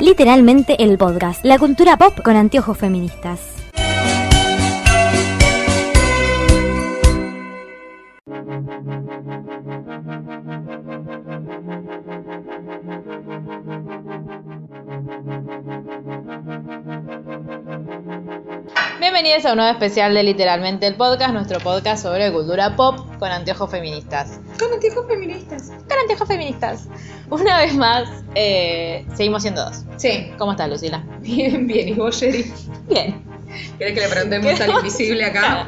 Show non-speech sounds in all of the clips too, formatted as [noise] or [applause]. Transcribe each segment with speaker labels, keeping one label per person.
Speaker 1: literalmente el podcast, la cultura pop con anteojos feministas.
Speaker 2: Bienvenidos a un nuevo especial de Literalmente el Podcast, nuestro podcast sobre cultura pop con anteojos feministas.
Speaker 3: Con anteojos feministas.
Speaker 2: Con anteojos feministas. Una vez más, eh, seguimos siendo dos.
Speaker 3: Sí. [laughs]
Speaker 2: ¿Cómo estás, Lucila?
Speaker 3: Bien, bien. ¿Y vos, Sherry?
Speaker 2: Bien.
Speaker 3: ¿Querés que le preguntemos al invisible
Speaker 2: [laughs]
Speaker 3: acá?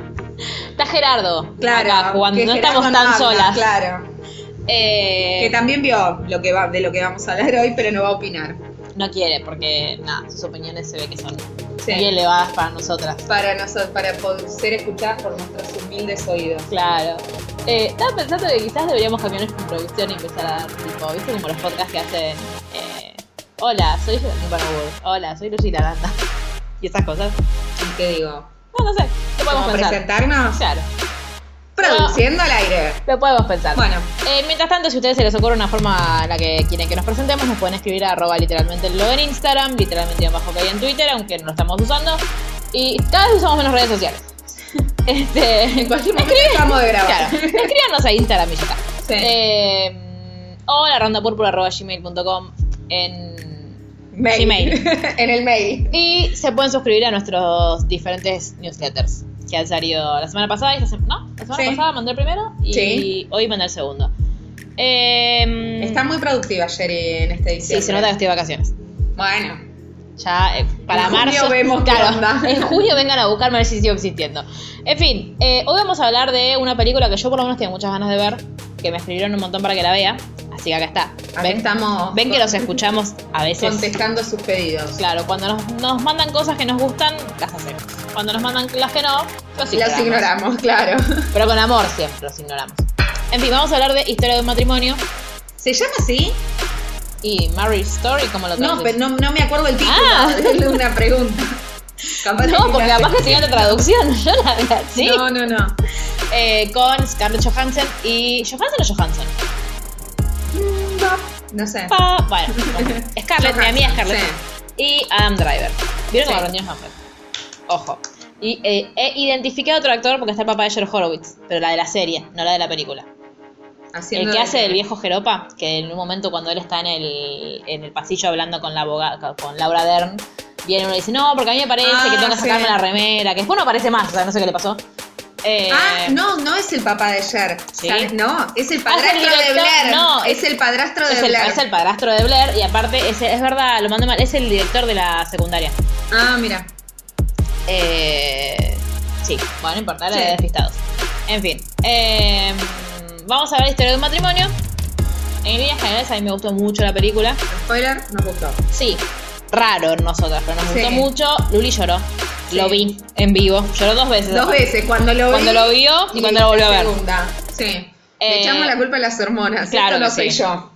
Speaker 2: Está Gerardo.
Speaker 3: Claro.
Speaker 2: Acá, cuando
Speaker 3: que
Speaker 2: no
Speaker 3: Gerardo
Speaker 2: estamos tan
Speaker 3: habla,
Speaker 2: solas.
Speaker 3: Claro.
Speaker 2: Eh,
Speaker 3: Que también vio lo que va, de lo que vamos a hablar hoy, pero no va a opinar.
Speaker 2: no quiere, porque nada, sus opiniones se ve que son
Speaker 3: Sí.
Speaker 2: bien elevadas para nosotras.
Speaker 3: Para, nosotros, para poder ser escuchadas por nuestros humildes oídos.
Speaker 2: Claro. Eh, estaba pensando que quizás deberíamos cambiar nuestra introducción y empezar a dar tipo, viste como los podcasts que hacen. eh, Hola, soy Geraldine Barbour. Hola, soy Lucila Aranda. [laughs] Y esas cosas.
Speaker 3: ¿Y qué digo?
Speaker 2: No, no sé. Lo podemos
Speaker 3: ¿Cómo
Speaker 2: pensar.
Speaker 3: presentarnos?
Speaker 2: Claro.
Speaker 3: Produciendo al aire.
Speaker 2: Lo podemos pensar.
Speaker 3: Bueno,
Speaker 2: Eh, mientras tanto, si a ustedes se les ocurre una forma a la que quieren que nos presentemos, nos pueden escribir a arroba literalmente el blog en Instagram, literalmente bajo que hay en Twitter, aunque no lo estamos usando. Y cada vez usamos menos redes sociales. [laughs] Este,
Speaker 3: en cualquier momento acabamos de
Speaker 2: Claro,
Speaker 3: grabar.
Speaker 2: escríbanos a Instagram y ya está.
Speaker 3: Sí.
Speaker 2: Eh, o la ronda gmail.com en
Speaker 3: [laughs] Mail.
Speaker 2: Gmail.
Speaker 3: [laughs] en el mail.
Speaker 2: Y se pueden suscribir a nuestros diferentes newsletters que han salido la semana pasada y esta sem- ¿no? La semana
Speaker 3: Sí.
Speaker 2: pasada mandé el primero y
Speaker 3: Sí.
Speaker 2: hoy mandé el segundo. Eh,
Speaker 3: Está muy productiva Sherry en esta edición.
Speaker 2: Sí, se nota que estoy de vacaciones.
Speaker 3: Bueno.
Speaker 2: Ya eh, para
Speaker 3: En junio
Speaker 2: marzo.
Speaker 3: vemos qué
Speaker 2: claro,
Speaker 3: onda.
Speaker 2: [laughs] En junio vengan a buscarme a ver si sigo existiendo. En fin, eh, hoy vamos a hablar de una película que yo por lo menos tengo muchas ganas de ver, que me escribieron un montón para que la vea. Así que acá está.
Speaker 3: Acá
Speaker 2: Ven,
Speaker 3: estamos
Speaker 2: ven que
Speaker 3: con-
Speaker 2: los escuchamos a veces.
Speaker 3: contestando sus pedidos.
Speaker 2: Claro, cuando nos, nos mandan cosas que nos gustan, las hacemos. Cuando nos mandan las que no, los ignoramos.
Speaker 3: Las ignoramos, claro.
Speaker 2: Pero con amor siempre los ignoramos. En fin, vamos a hablar de Historia de un matrimonio
Speaker 3: ¿Se llama así?
Speaker 2: y Marriage Story, como lo
Speaker 3: No,
Speaker 2: traduces?
Speaker 3: pero no, no me acuerdo el título.
Speaker 2: [laughs] Ah.
Speaker 3: Es una pregunta. Capaz que
Speaker 2: No, porque
Speaker 3: la-
Speaker 2: capaz que tenía otra traducción. [laughs] Yo la vi así.
Speaker 3: No, no, no.
Speaker 2: eh, con Scarlett Johansson y Johansson o Johansson.
Speaker 3: Mm, va. No sé.
Speaker 2: Pa- bueno, Scarlett, mi amiga Scarlett.
Speaker 3: Sí.
Speaker 2: Y Adam Driver. ¿Vieron
Speaker 3: Sí.
Speaker 2: cómo aprendí los nombres? Ojo. Y eh, he identificado a otro actor porque está el papá de George Horowitz, pero la de la serie, no la de la película.
Speaker 3: [laughs] Haciendo
Speaker 2: el que
Speaker 3: de-
Speaker 2: hace el viejo Jeropa, que en un momento cuando él está en el, en el pasillo hablando con la abogada, con Laura Dern, viene uno y dice, no, porque a mí me parece que tengo que
Speaker 3: Ah,
Speaker 2: sacarme
Speaker 3: sí.
Speaker 2: la remera, que después no aparece más, o sea, no sé qué le pasó. Eh,
Speaker 3: Ah, no, no es el papá de Cher.
Speaker 2: Sí.
Speaker 3: ¿Sabes? No, es el
Speaker 2: Ah, es el
Speaker 3: padrastro de
Speaker 2: director.
Speaker 3: Blair.
Speaker 2: No,
Speaker 3: es el padrastro de
Speaker 2: es el,
Speaker 3: Blair.
Speaker 2: es el padrastro de Blair y aparte es, es verdad, lo mando mal, es el director de la secundaria.
Speaker 3: Ah, mira.
Speaker 2: Eh, sí, bueno, no importa, era de
Speaker 3: Sí.
Speaker 2: despistados. En fin, eh, vamos a ver la historia de un matrimonio. En líneas generales a mí me gustó mucho la película.
Speaker 3: Spoiler, nos gustó.
Speaker 2: Sí, raro en nosotras, pero nos
Speaker 3: Sí.
Speaker 2: gustó mucho. Luli lloró,
Speaker 3: Sí.
Speaker 2: lo vi en vivo, lloró dos veces.
Speaker 3: Dos veces, cuando lo
Speaker 2: Cuando
Speaker 3: vi
Speaker 2: lo vio y cuando lo volvió a ver.
Speaker 3: Segunda. Sí.
Speaker 2: Eh,
Speaker 3: Le echamos la culpa a las hormonas.
Speaker 2: claro
Speaker 3: Esto no
Speaker 2: que
Speaker 3: soy
Speaker 2: sí.
Speaker 3: yo.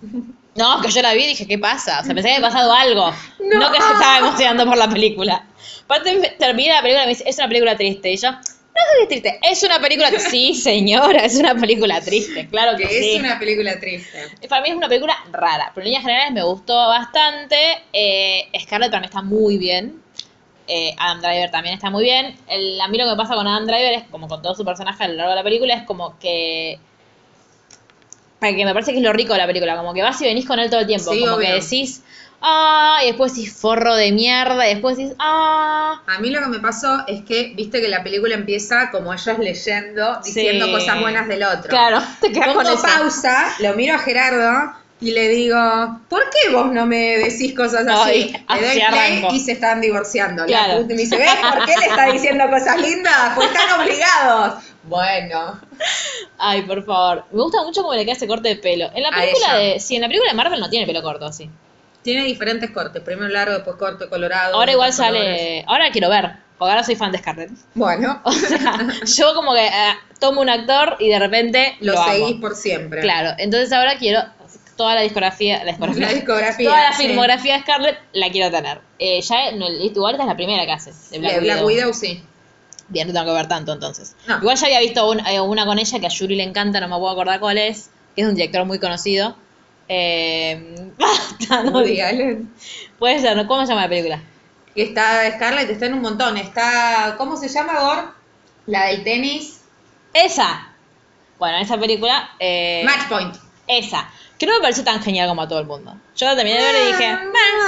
Speaker 2: No, que yo la vi y dije, ¿qué pasa? O sea, pensé que había pasado algo. No,
Speaker 3: [laughs] No.
Speaker 2: que se estaba emocionando por la película. Aparte, me- termina la película y me dice, es una película triste. Y yo, no sé qué es triste. Es una película triste. Sí, señora, es una película triste. Claro que,
Speaker 3: Que
Speaker 2: sí.
Speaker 3: es una película triste.
Speaker 2: Para mí es una película rara, pero en líneas generales me gustó bastante. Eh, Scarlett para mí está muy bien. Eh, Adam Driver también está muy bien. El- a mí lo que pasa con Adam Driver es, como con todo su personaje a lo largo de la película, es como que. Para que me parece que es lo rico de la película, como que vas y venís con él todo el tiempo.
Speaker 3: Sí,
Speaker 2: como que
Speaker 3: obvio.
Speaker 2: decís, ah, y después decís forro de mierda, y después decís, ah.
Speaker 3: A mí lo que me pasó es que, viste que la película empieza como ellos leyendo, diciendo
Speaker 2: Sí.
Speaker 3: cosas buenas del otro.
Speaker 2: Claro, te quedas con
Speaker 3: Pongo
Speaker 2: eso.
Speaker 3: pausa, lo miro a Gerardo y le digo, ¿por qué vos no me decís cosas así?
Speaker 2: Ay,
Speaker 3: le
Speaker 2: así
Speaker 3: doy play
Speaker 2: arranco.
Speaker 3: y se están divorciando. La
Speaker 2: Claro.
Speaker 3: puta- y me dice, ¿ves por qué le está diciendo cosas lindas? Pues están obligados. Bueno,
Speaker 2: Ay, por favor. Me gusta mucho cómo le queda ese corte de pelo. En la
Speaker 3: A
Speaker 2: película
Speaker 3: ella.
Speaker 2: de. Sí, en la película de Marvel no tiene pelo corto así.
Speaker 3: tiene diferentes cortes, primero largo, después corto, colorado.
Speaker 2: Ahora igual
Speaker 3: otros colores.
Speaker 2: sale. Ahora quiero ver. Porque ahora soy fan de Scarlett. [laughs]
Speaker 3: Bueno,
Speaker 2: O sea, yo como que eh, tomo un actor y de repente lo,
Speaker 3: lo
Speaker 2: amo.
Speaker 3: seguís por siempre.
Speaker 2: Claro. Entonces ahora quiero toda la discografía. La discografía.
Speaker 3: La discografía.
Speaker 2: toda la
Speaker 3: sí.
Speaker 2: filmografía de Scarlett la quiero tener. Eh, ya no, igual esta es la primera que haces. de
Speaker 3: La de Black Widow,
Speaker 2: [laughs]
Speaker 3: sí.
Speaker 2: Bien, no tengo que ver tanto entonces.
Speaker 3: No.
Speaker 2: Igual ya había visto un- eh, una con ella que a Yuri le encanta, no me puedo acordar cuál es, que es de un director muy conocido, Eh, [laughs] basta, no
Speaker 3: Woody
Speaker 2: digas.
Speaker 3: Allen.
Speaker 2: Puede ser, ¿no? ¿cómo se llama la película?
Speaker 3: Y está Scarlett, está en un montón. Está, ¿cómo se llama, Gor? La del tenis.
Speaker 2: Esa. Bueno, esa película. eh,
Speaker 3: Match Point.
Speaker 2: Esa. Que no me pareció tan genial como a todo el mundo. Yo la terminé de ver y dije.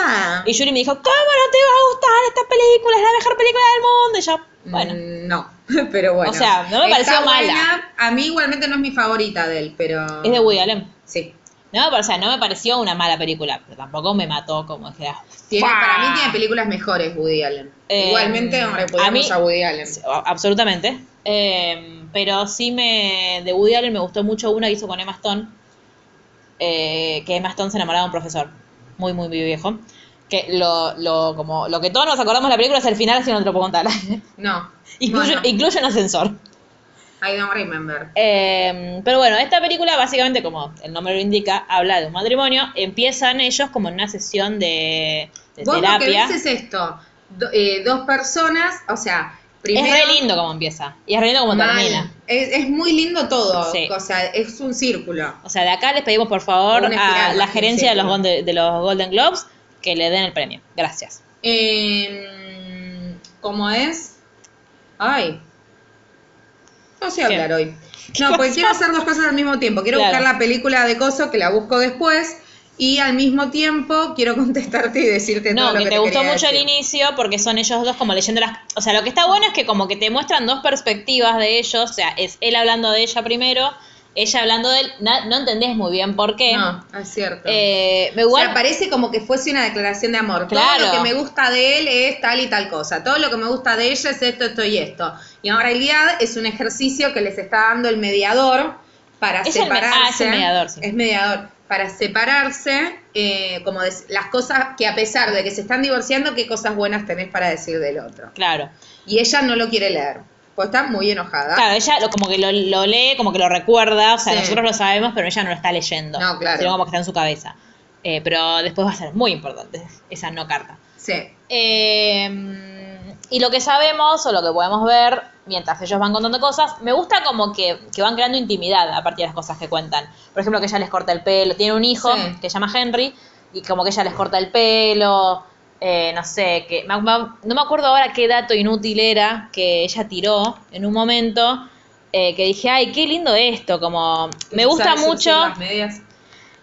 Speaker 3: Ah,
Speaker 2: Y Yuri me dijo, ¿cómo no te va a gustar esta película? Es la mejor película del mundo. Y yo, bueno.
Speaker 3: mm, No, [laughs] pero bueno.
Speaker 2: O sea, no me
Speaker 3: Está
Speaker 2: pareció mala.
Speaker 3: buena. A mí igualmente no es mi favorita de él, pero...
Speaker 2: Es de Woody Allen.
Speaker 3: Sí.
Speaker 2: No me, pare- o sea, no me pareció una mala película, pero tampoco me mató como dije, ah,
Speaker 3: Tiene,
Speaker 2: ¡fua!
Speaker 3: para mí tiene películas mejores Woody Allen.
Speaker 2: Eh,
Speaker 3: igualmente repudiamos
Speaker 2: a
Speaker 3: a,
Speaker 2: mí-
Speaker 3: Woody Allen.
Speaker 2: Sí, a- Absolutamente. Eh, pero sí me. De Woody Allen me gustó mucho una que hizo con Emma Stone. eh, que Emma Stone se enamoraba de un profesor. Muy, muy, muy viejo. Que lo, lo, como, lo que todos nos acordamos de la película es el final, si no te lo puedo contar. [laughs]
Speaker 3: No.
Speaker 2: incluye,
Speaker 3: Bueno,
Speaker 2: incluye un ascensor.
Speaker 3: I don't remember.
Speaker 2: Eh, pero bueno, esta película básicamente, como el nombre lo indica, habla de un matrimonio. Empiezan ellos como en una sesión de, de
Speaker 3: Vos lo que
Speaker 2: terapia.
Speaker 3: ves es esto. do- eh, dos personas, o sea, primero...
Speaker 2: es re lindo como empieza. Y es re lindo como
Speaker 3: mal.
Speaker 2: termina.
Speaker 3: Es, es muy lindo todo.
Speaker 2: Sí.
Speaker 3: O sea, es un círculo.
Speaker 2: O sea, de acá les pedimos por favor
Speaker 3: Una espiral,
Speaker 2: a la
Speaker 3: sí,
Speaker 2: gerencia de los,
Speaker 3: sí.
Speaker 2: Golden, de los Golden Globes que le den el premio. Gracias.
Speaker 3: Eh, ¿Cómo es? Ay. No sé hablar
Speaker 2: ¿Qué?
Speaker 3: hoy. No, pues quiero hacer dos cosas al mismo tiempo. Quiero
Speaker 2: Claro.
Speaker 3: buscar la película de Coso, que la busco después, y al mismo tiempo quiero [laughs] contestarte y decirte todo
Speaker 2: No,
Speaker 3: lo
Speaker 2: que,
Speaker 3: que,
Speaker 2: te, gustó
Speaker 3: quería
Speaker 2: mucho el
Speaker 3: decir.
Speaker 2: inicio porque son ellos dos como leyendo las... O sea, lo que está bueno es que como que te muestran dos perspectivas de ellos. O sea, es él hablando de ella primero, ella hablando de él. Na- no entendés muy bien por qué.
Speaker 3: No, es cierto.
Speaker 2: Eh, me
Speaker 3: O
Speaker 2: igual...
Speaker 3: sea, parece como que fuese una declaración de amor.
Speaker 2: Claro.
Speaker 3: Todo lo que me gusta de él es tal y tal cosa. Todo lo que me gusta de ella es esto, esto y esto. Y en realidad es un ejercicio que les está dando el mediador para
Speaker 2: Es el me-
Speaker 3: separarse.
Speaker 2: ah, es el mediador, sí.
Speaker 3: Es mediador. Para separarse, eh, como des- las cosas que a pesar de que se están divorciando, qué cosas buenas tenés para decir del otro.
Speaker 2: Claro.
Speaker 3: Y ella no lo quiere leer. Pues está muy enojada.
Speaker 2: Claro, ella lo, como que lo, lo lee, como que lo recuerda, o sea,
Speaker 3: Sí.
Speaker 2: nosotros lo sabemos, pero ella no lo está leyendo.
Speaker 3: No, claro.
Speaker 2: Sino como que está en su cabeza. Eh, pero después va a ser muy importante esa no carta.
Speaker 3: Sí.
Speaker 2: Eh, y lo que sabemos o lo que podemos ver mientras ellos van contando cosas, me gusta como que, que van creando intimidad a partir de las cosas que cuentan. Por ejemplo, que ella les corta el pelo, tiene un hijo
Speaker 3: Sí.
Speaker 2: que se llama Henry y como que ella les corta el pelo, eh, no sé, que me- me- no me acuerdo ahora qué dato inútil era que ella tiró en un momento. eh, que dije, ay, qué lindo esto, como me gusta
Speaker 3: ¿Sabes surcir
Speaker 2: mucho.
Speaker 3: las medias?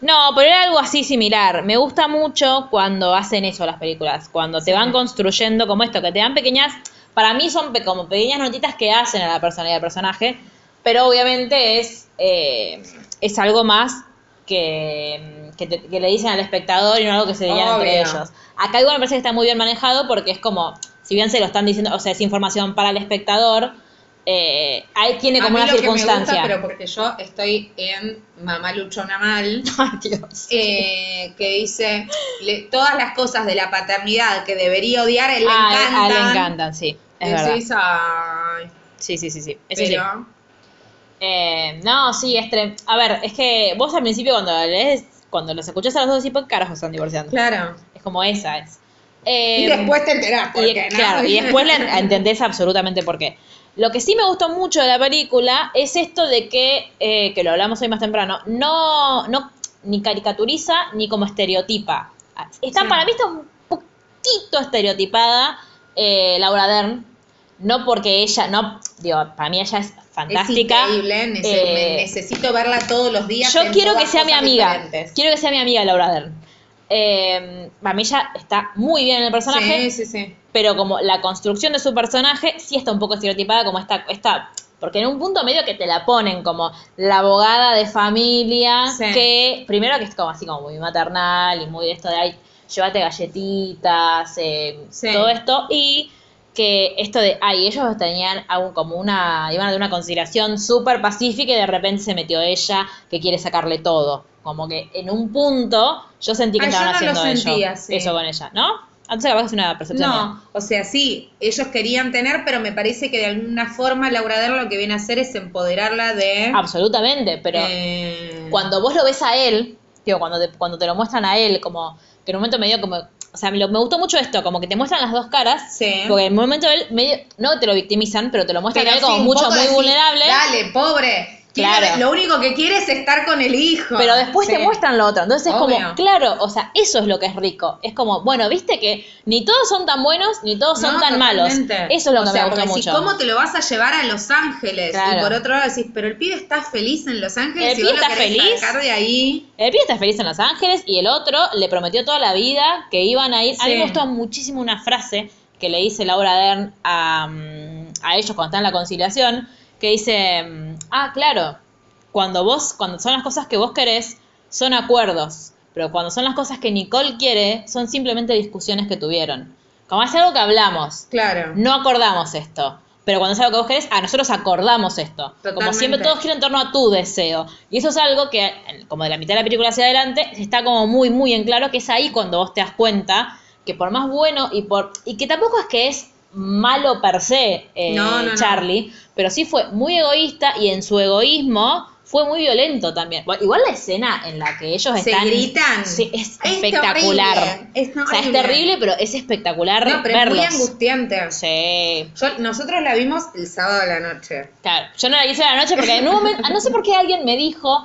Speaker 2: No, pero era algo así similar. Me gusta mucho cuando hacen eso las películas, cuando te van construyendo como esto, que te dan pequeñas, para mí son pe- como pequeñas notitas que hacen a la personalidad del personaje, pero obviamente es, eh, es algo más que, que, te- que le dicen al espectador y no algo que se dirían entre
Speaker 3: Obvio.
Speaker 2: ellos. Acá igual me parece que está muy bien manejado porque es como, si bien se lo están diciendo, o sea, es información para el espectador, eh, ahí tiene como
Speaker 3: a mí
Speaker 2: una
Speaker 3: lo que me gusta,
Speaker 2: circunstancia.
Speaker 3: pero porque yo estoy en Mamá Luchona Mal,
Speaker 2: [laughs] Ay, Dios.
Speaker 3: eh, que dice le- todas las cosas de la paternidad que debería odiar, él le
Speaker 2: Ah, a él-
Speaker 3: encantan.
Speaker 2: a él le encantan, sí. Es verdad.
Speaker 3: Decís, ay,
Speaker 2: Sí, sí, sí, sí. Eso sí.
Speaker 3: pero
Speaker 2: Eh, no, sí, es trem- A ver, es que vos al principio cuando lees, cuando los escuchás a los dos, decís, ¿por qué carajo están divorciando?
Speaker 3: claro.
Speaker 2: Es como esa, es.
Speaker 3: Y
Speaker 2: Eh,
Speaker 3: después te [laughs] enterás por
Speaker 2: y,
Speaker 3: qué, ¿no?
Speaker 2: Claro, y después
Speaker 3: [laughs]
Speaker 2: la en- entendés absolutamente por qué. Lo que sí me gustó mucho de la película es esto de que, eh, que lo hablamos hoy más temprano, no, no ni caricaturiza ni como estereotipa. Está,
Speaker 3: Sí.
Speaker 2: Para mí está un poquito estereotipada eh, Laura Dern, no porque ella, no, digo, para mí ella es
Speaker 3: es
Speaker 2: fantástica.
Speaker 3: increíble, nece-
Speaker 2: eh,
Speaker 3: me- necesito verla todos los días.
Speaker 2: yo
Speaker 3: en
Speaker 2: quiero
Speaker 3: todas
Speaker 2: que sea mi
Speaker 3: cosas
Speaker 2: amiga.
Speaker 3: diferentes.
Speaker 2: Quiero que sea mi amiga Laura Dern. Eh, para mí ella está muy bien en el personaje
Speaker 3: Sí, sí, sí.
Speaker 2: pero como la construcción de su personaje sí está un poco estereotipada como esta, esta porque en un punto medio que te la ponen como la abogada de familia,
Speaker 3: Sí.
Speaker 2: que primero que es como así como muy maternal y muy de esto de ay, llévate galletitas, eh,
Speaker 3: Sí.
Speaker 2: todo esto, y que esto de ay, ellos tenían aún como una, iban de una conciliación súper pacífica y de repente se metió ella que quiere sacarle todo. Como que en un punto yo sentí que
Speaker 3: Ah, yo
Speaker 2: estaban
Speaker 3: no lo
Speaker 2: haciendo ello-
Speaker 3: sentí así.
Speaker 2: eso con ella, ¿no? Entonces capaz que es una percepción mía.
Speaker 3: No, o sea, sí, ellos querían tener, pero me parece que de alguna forma Laura Dern lo que viene a hacer es empoderarla de...
Speaker 2: Absolutamente, Ah, pero
Speaker 3: eh,
Speaker 2: cuando vos lo ves a él, digo, cuando te, cuando te lo muestran a él, como que en un momento medio como, o sea, me, lo- me gustó mucho esto, como que te muestran las dos caras,
Speaker 3: Sí.
Speaker 2: porque en un momento él medio, no te lo victimizan, pero te lo muestran
Speaker 3: Pero
Speaker 2: a él
Speaker 3: sí,
Speaker 2: como
Speaker 3: un
Speaker 2: mucho,
Speaker 3: poco
Speaker 2: muy
Speaker 3: decís,
Speaker 2: vulnerable.
Speaker 3: Dale, pobre. Quiere-
Speaker 2: Claro.
Speaker 3: Lo único que quiere es estar con el hijo.
Speaker 2: Pero después
Speaker 3: Sí.
Speaker 2: te muestran lo otro. Entonces es
Speaker 3: Obvio.
Speaker 2: como, claro, o sea, eso es lo que es rico. Es como, bueno, viste que ni todos son tan buenos, ni todos son
Speaker 3: No,
Speaker 2: tan malos.
Speaker 3: totalmente.
Speaker 2: Eso es lo
Speaker 3: O
Speaker 2: que
Speaker 3: sea,
Speaker 2: me gusta
Speaker 3: porque
Speaker 2: mucho.
Speaker 3: Si, ¿Cómo te lo vas a llevar a Los Ángeles? Y
Speaker 2: Claro.
Speaker 3: por otro lado decís, pero el pibe está feliz en Los Ángeles
Speaker 2: El
Speaker 3: y vos
Speaker 2: pibe
Speaker 3: lo
Speaker 2: está
Speaker 3: querés
Speaker 2: feliz.
Speaker 3: sacar de ahí.
Speaker 2: El pibe está feliz en Los Ángeles y el otro le prometió toda la vida que iban a ir. A mí
Speaker 3: Sí.
Speaker 2: me gustó muchísimo una frase que le dice Laura Dern a, mm, a ellos cuando están en la conciliación, que dice, mm, ah, claro, cuando vos, cuando son las cosas que vos querés, son acuerdos, pero cuando son las cosas que Nicole quiere, son simplemente discusiones que tuvieron. Como es algo que hablamos,
Speaker 3: Claro.
Speaker 2: no acordamos esto. Pero cuando es algo que vos querés, a nosotros acordamos esto. Como
Speaker 3: Totalmente.
Speaker 2: siempre, todo gira en torno a tu deseo. Y eso es algo que, eh, como de la mitad de la película hacia adelante, está como muy, muy en claro que es ahí cuando vos te das cuenta que por más bueno y por. Y que tampoco es que es malo per se eh,
Speaker 3: No, no, no.
Speaker 2: Charlie, pero sí fue muy egoísta y en su egoísmo fue muy violento también. Bueno, igual la escena en la que ellos
Speaker 3: Se
Speaker 2: están.
Speaker 3: gritan.
Speaker 2: Sí, es,
Speaker 3: Es
Speaker 2: espectacular.
Speaker 3: terrible, es
Speaker 2: O sea, es
Speaker 3: horrible.
Speaker 2: terrible, pero es espectacular
Speaker 3: No, pero
Speaker 2: verlos.
Speaker 3: es muy angustiante.
Speaker 2: Sí.
Speaker 3: Yo- nosotros la vimos el sábado a la noche.
Speaker 2: Claro, yo no la hice a la noche porque en un momento, ah, no sé por qué alguien me dijo,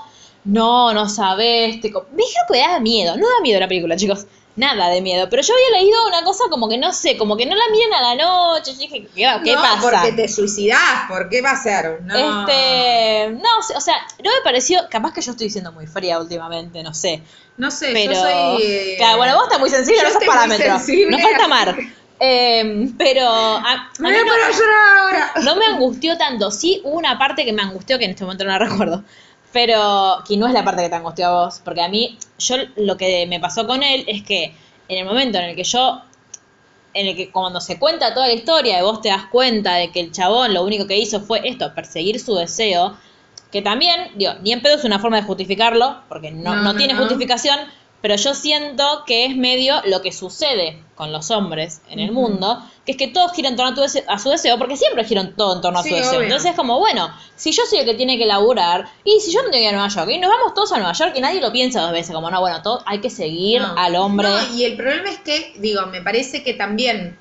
Speaker 2: no, no sabes, te co-". me dijeron que daba miedo, no da miedo la película, chicos, nada de miedo, pero yo había leído una cosa como que no sé, como que no la miren a la noche, yo dije, ¿qué, va- qué
Speaker 3: no,
Speaker 2: pasa?
Speaker 3: porque te suicidás, ¿por qué va a ser? No.
Speaker 2: Este, no, o sea, no me pareció, capaz que yo estoy siendo muy fría últimamente, no sé,
Speaker 3: No sé,
Speaker 2: pero
Speaker 3: yo soy... eh,
Speaker 2: claro, bueno, vos estás muy sensible
Speaker 3: yo
Speaker 2: en esos
Speaker 3: estoy muy
Speaker 2: parámetros,
Speaker 3: sensible,
Speaker 2: nos falta
Speaker 3: así
Speaker 2: amar, Em, pero a, a
Speaker 3: Me
Speaker 2: mí
Speaker 3: voy a
Speaker 2: no-
Speaker 3: poner a llorar ahora.
Speaker 2: no me angustió tanto. Sí, hubo una parte que me angustió, que en este momento no la recuerdo. Pero que no es la parte que te angustió a vos. Porque a mí, yo lo que me pasó con él es que en el momento en el que yo. En el que cuando se cuenta toda la historia y vos te das cuenta de que el chabón lo único que hizo fue esto, perseguir su deseo. Que también, digo, ni en pedo es una forma de justificarlo, porque no,
Speaker 3: No,
Speaker 2: no,
Speaker 3: no,
Speaker 2: tiene
Speaker 3: no.
Speaker 2: justificación, pero yo siento que es medio lo que sucede con los hombres en el mundo, que es que todos giran en torno a, tu dese- a su deseo, porque siempre giran todo en torno a
Speaker 3: Sí,
Speaker 2: su deseo.
Speaker 3: obvio.
Speaker 2: Entonces es como, bueno, si yo soy el que tiene que laburar, y si yo me tengo que ir a Nueva York, y nos vamos todos a Nueva York, y nadie lo piensa dos veces, como, no, bueno, todo, hay que seguir
Speaker 3: No.
Speaker 2: al hombre.
Speaker 3: No, y el problema es que, digo, me parece que también,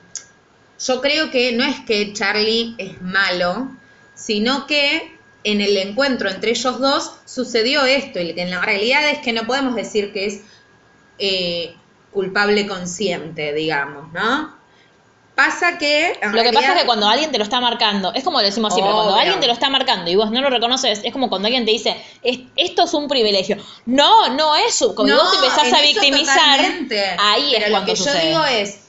Speaker 3: yo creo que no es que Charlie es malo, sino que en el encuentro entre ellos dos sucedió esto, y que en la realidad es que no podemos decir que es eh, culpable consciente, digamos, ¿no? Pasa que... en
Speaker 2: Lo que
Speaker 3: realidad-
Speaker 2: pasa es que cuando alguien te lo está marcando, es como lo decimos siempre, cuando
Speaker 3: Obvio.
Speaker 2: alguien te lo está marcando y vos no lo reconoces, es como cuando alguien te dice, "Es- esto es un privilegio. No, no es un, cuando
Speaker 3: No,
Speaker 2: vos te empezás
Speaker 3: en
Speaker 2: a
Speaker 3: eso
Speaker 2: victimizar,
Speaker 3: totalmente.
Speaker 2: ahí
Speaker 3: Pero
Speaker 2: es
Speaker 3: lo
Speaker 2: cuando
Speaker 3: que
Speaker 2: sucede.
Speaker 3: yo digo es,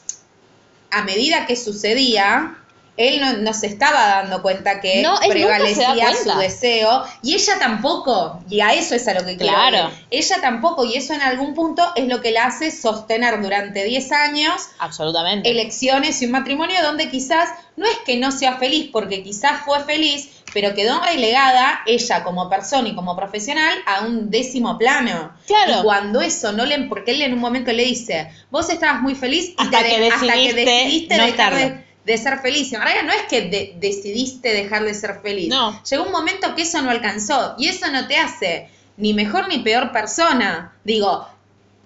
Speaker 3: a medida que sucedía, él no, no se estaba dando cuenta que
Speaker 2: No, él nunca se da
Speaker 3: prevalecía
Speaker 2: cuenta.
Speaker 3: su deseo y ella tampoco, y a eso es a lo que quiero
Speaker 2: Claro.
Speaker 3: ir. Ella tampoco, y eso en algún punto es lo que la hace sostener durante 10 años
Speaker 2: Absolutamente.
Speaker 3: elecciones y un matrimonio donde quizás no es que no sea feliz, porque quizás fue feliz, pero quedó relegada ella como persona y como profesional a un décimo plano.
Speaker 2: Claro.
Speaker 3: Y cuando eso no le, porque él en un momento le dice, vos estabas muy feliz y
Speaker 2: Hasta
Speaker 3: te
Speaker 2: que decidiste no
Speaker 3: dejar
Speaker 2: estarlo.
Speaker 3: de, de ser feliz. Y en realidad no es que de- decidiste dejar de ser feliz.
Speaker 2: No.
Speaker 3: Llegó un momento que eso no alcanzó y eso no te hace ni mejor ni peor persona. Digo,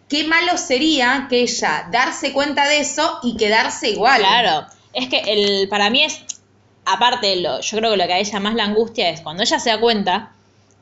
Speaker 3: qué malo sería que ella darse cuenta de eso y quedarse igual.
Speaker 2: Ah, Claro, es que el, para mí es, aparte, lo, yo creo que lo que a ella más la angustia es cuando ella se da cuenta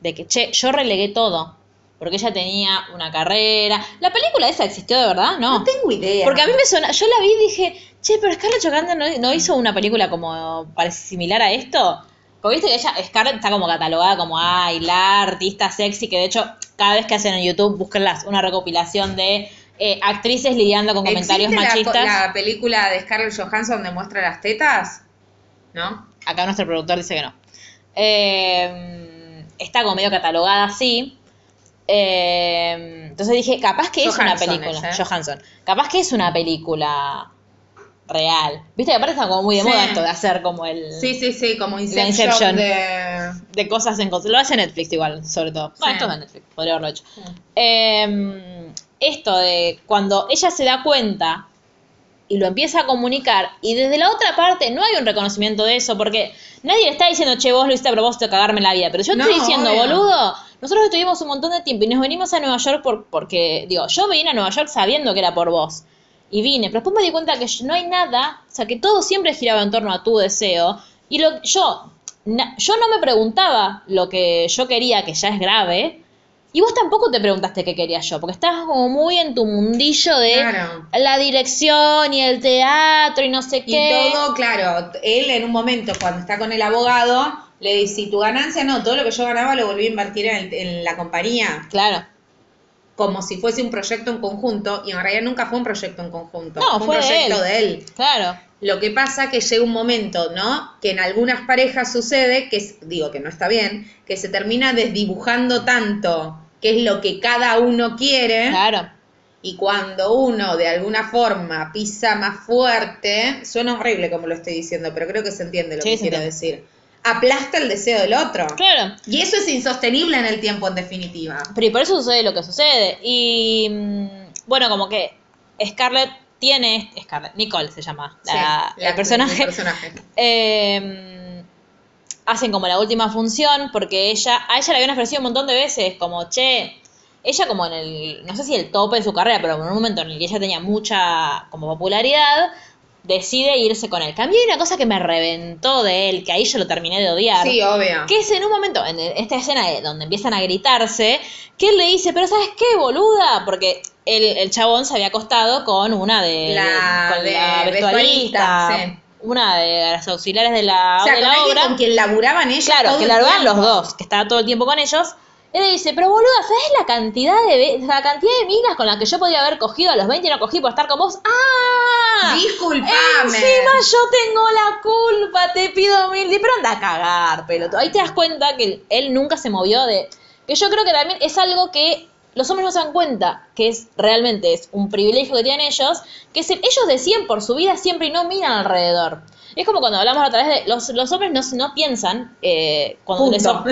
Speaker 2: de que, che, yo relegué todo, porque ella tenía una carrera. ¿La película esa existió de verdad? No.
Speaker 3: No tengo idea.
Speaker 2: porque a mí me suena, yo la vi y dije, che, pero Scarlett Johansson no, no hizo una película como parece similar a esto. Porque viste que ella, Scarlett está como catalogada como, ay, la artista sexy, que de hecho, cada vez que hacen en YouTube, búsquenlas, una recopilación de eh, actrices lidiando con comentarios
Speaker 3: ¿Existe la
Speaker 2: machistas.
Speaker 3: po- La, película de Scarlett Johansson donde muestra las tetas? ¿No?
Speaker 2: Acá nuestro productor dice que no. Eh, está como medio catalogada así. Eh, entonces dije, capaz que es una
Speaker 3: Johansson
Speaker 2: película.
Speaker 3: es, ¿eh?
Speaker 2: Johansson. Capaz que es una película real. Viste que aparte está como muy de
Speaker 3: Sí.
Speaker 2: moda esto de hacer como el.
Speaker 3: Sí, sí, sí, como Inception,
Speaker 2: Inception.
Speaker 3: de...
Speaker 2: De cosas en cosas. Lo hace Netflix igual, sobre todo.
Speaker 3: Sí.
Speaker 2: Bueno, esto es de Netflix, podría haberlo hecho. Eh, esto de cuando ella se da cuenta y lo empieza a comunicar, y desde la otra parte no hay un reconocimiento de eso, porque nadie le está diciendo, che, vos lo hiciste a propósito de cagarme la vida, pero yo
Speaker 3: No,
Speaker 2: estoy diciendo,
Speaker 3: obvio.
Speaker 2: boludo, nosotros estuvimos un montón de tiempo y nos venimos a Nueva York por, porque, digo, yo vine a Nueva York sabiendo que era por vos. Y vine, pero después me di cuenta que no hay nada, o sea, que todo siempre giraba en torno a tu deseo. Y lo yo, na- yo no me preguntaba lo que yo quería, que ya es grave, y vos tampoco te preguntaste qué quería yo, porque estás como muy en tu mundillo de
Speaker 3: Claro.
Speaker 2: la dirección y el teatro y no sé
Speaker 3: Y
Speaker 2: qué.
Speaker 3: todo, claro, él en un momento, cuando está con el abogado, le dice, "Y tu ganancia no, todo lo que yo ganaba lo volví a invertir en, el- en la compañía,
Speaker 2: Claro.
Speaker 3: como si fuese un proyecto en conjunto, y en realidad nunca fue un proyecto en conjunto,
Speaker 2: No,
Speaker 3: un
Speaker 2: fue de
Speaker 3: proyecto
Speaker 2: él.
Speaker 3: de él.
Speaker 2: Claro.
Speaker 3: Lo que pasa que llega un momento, ¿no? Que en algunas parejas sucede, que es- digo que no está bien, que se termina desdibujando tanto, que es lo que cada uno quiere,
Speaker 2: Claro.
Speaker 3: y cuando uno de alguna forma pisa más fuerte, suena horrible como lo estoy diciendo, pero creo que se entiende lo
Speaker 2: Sí,
Speaker 3: que
Speaker 2: se
Speaker 3: quiero
Speaker 2: entiende.
Speaker 3: decir. Aplasta el deseo del otro.
Speaker 2: Claro.
Speaker 3: Y eso es insostenible en el tiempo, en definitiva.
Speaker 2: Pero y por eso sucede lo que sucede. Y mm, bueno, como que Scarlett tiene. Scarlett, Nicole se llama.
Speaker 3: Sí,
Speaker 2: La,
Speaker 3: la-
Speaker 2: el personaje.
Speaker 3: el personaje.
Speaker 2: Eh, hacen como la última función porque ella. A ella le habían ofrecido un montón de veces, como che. Ella como en el, no sé si el tope de su carrera, pero en un momento en el que ella tenía mucha como popularidad, decide irse con él. Cambió una cosa que me reventó de él, que ahí yo lo terminé de odiar.
Speaker 3: Sí, obvio.
Speaker 2: Que es en un momento, en esta escena de- donde empiezan a gritarse, que él le dice, pero ¿sabes qué, boluda? Porque el, el chabón se había acostado con una de
Speaker 3: La
Speaker 2: con
Speaker 3: de
Speaker 2: la vestuarista,
Speaker 3: vestuarista, sí.
Speaker 2: una de las auxiliares de la,
Speaker 3: O sea,
Speaker 2: de
Speaker 3: con
Speaker 2: la
Speaker 3: alguien
Speaker 2: obra.
Speaker 3: con quien laburaban ellos
Speaker 2: claro,
Speaker 3: todo
Speaker 2: que
Speaker 3: el
Speaker 2: la verdad los
Speaker 3: tiempo.
Speaker 2: dos, que estaba todo el tiempo con ellos. Él le dice, pero boluda, ¿sabes la cantidad de ve- la cantidad de minas con las que yo podía haber cogido a los 20 y no cogí por estar con vos? ¡Ah!
Speaker 3: Disculpame.
Speaker 2: Encima yo tengo la culpa, te pido mil. di- Pero anda a cagar, peloto. Ahí te das cuenta que él, él nunca se movió de. Que yo creo que también es algo que los hombres no se dan cuenta, que es realmente es un privilegio que tienen ellos, que es el- ellos decían por su vida siempre y no miran alrededor. Es como cuando hablamos la otra vez de los, los hombres no, no piensan eh, cuando les
Speaker 3: Punto.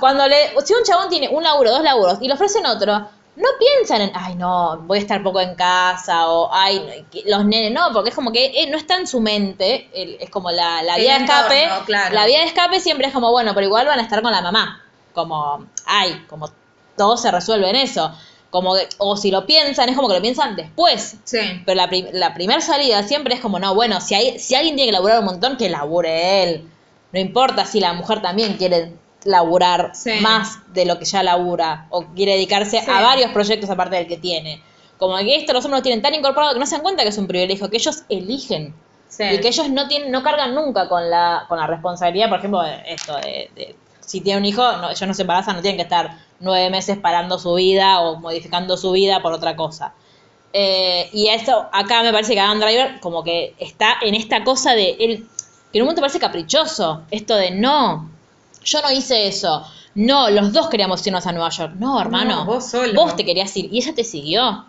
Speaker 2: cuando le, si un chabón tiene un laburo, dos laburos y le ofrecen otro, no piensan en, ay, no, voy a estar poco en casa o, ay, no, que- los nenes, no, porque es como que eh, no está en su mente, el- es como la, la
Speaker 3: El
Speaker 2: vía de escape.
Speaker 3: entorno, claro.
Speaker 2: La vía de escape siempre es como, bueno, pero igual van a estar con la mamá. Como, ay, como todo se resuelve en eso. Como que- o si lo piensan, es como que lo piensan después.
Speaker 3: [laughs] Sí.
Speaker 2: Pero la, prim- la primera salida siempre es como, no, bueno, si, hay, si alguien tiene que laburar un montón, que labure él. No importa si la mujer también quiere laburar
Speaker 3: Sí.
Speaker 2: más de lo que ya labura o quiere dedicarse
Speaker 3: Sí.
Speaker 2: a varios proyectos aparte del que tiene. Como que esto los hombres lo tienen tan incorporado que no se dan cuenta que es un privilegio, que ellos eligen.
Speaker 3: sí.
Speaker 2: Y que ellos no tienen, no cargan nunca con la, con la responsabilidad, por ejemplo, de esto de, de- si tiene un hijo, no, ellos no se embarazan, no tienen que estar nueve meses parando su vida o modificando su vida por otra cosa. Eh, y esto, acá me parece que Adam Driver como que está en esta cosa de él, que en un momento parece caprichoso, esto de no, yo no hice eso, no, los dos queríamos irnos a Nueva York, no, hermano,
Speaker 3: No, vos solo.
Speaker 2: vos te querías ir y ella te siguió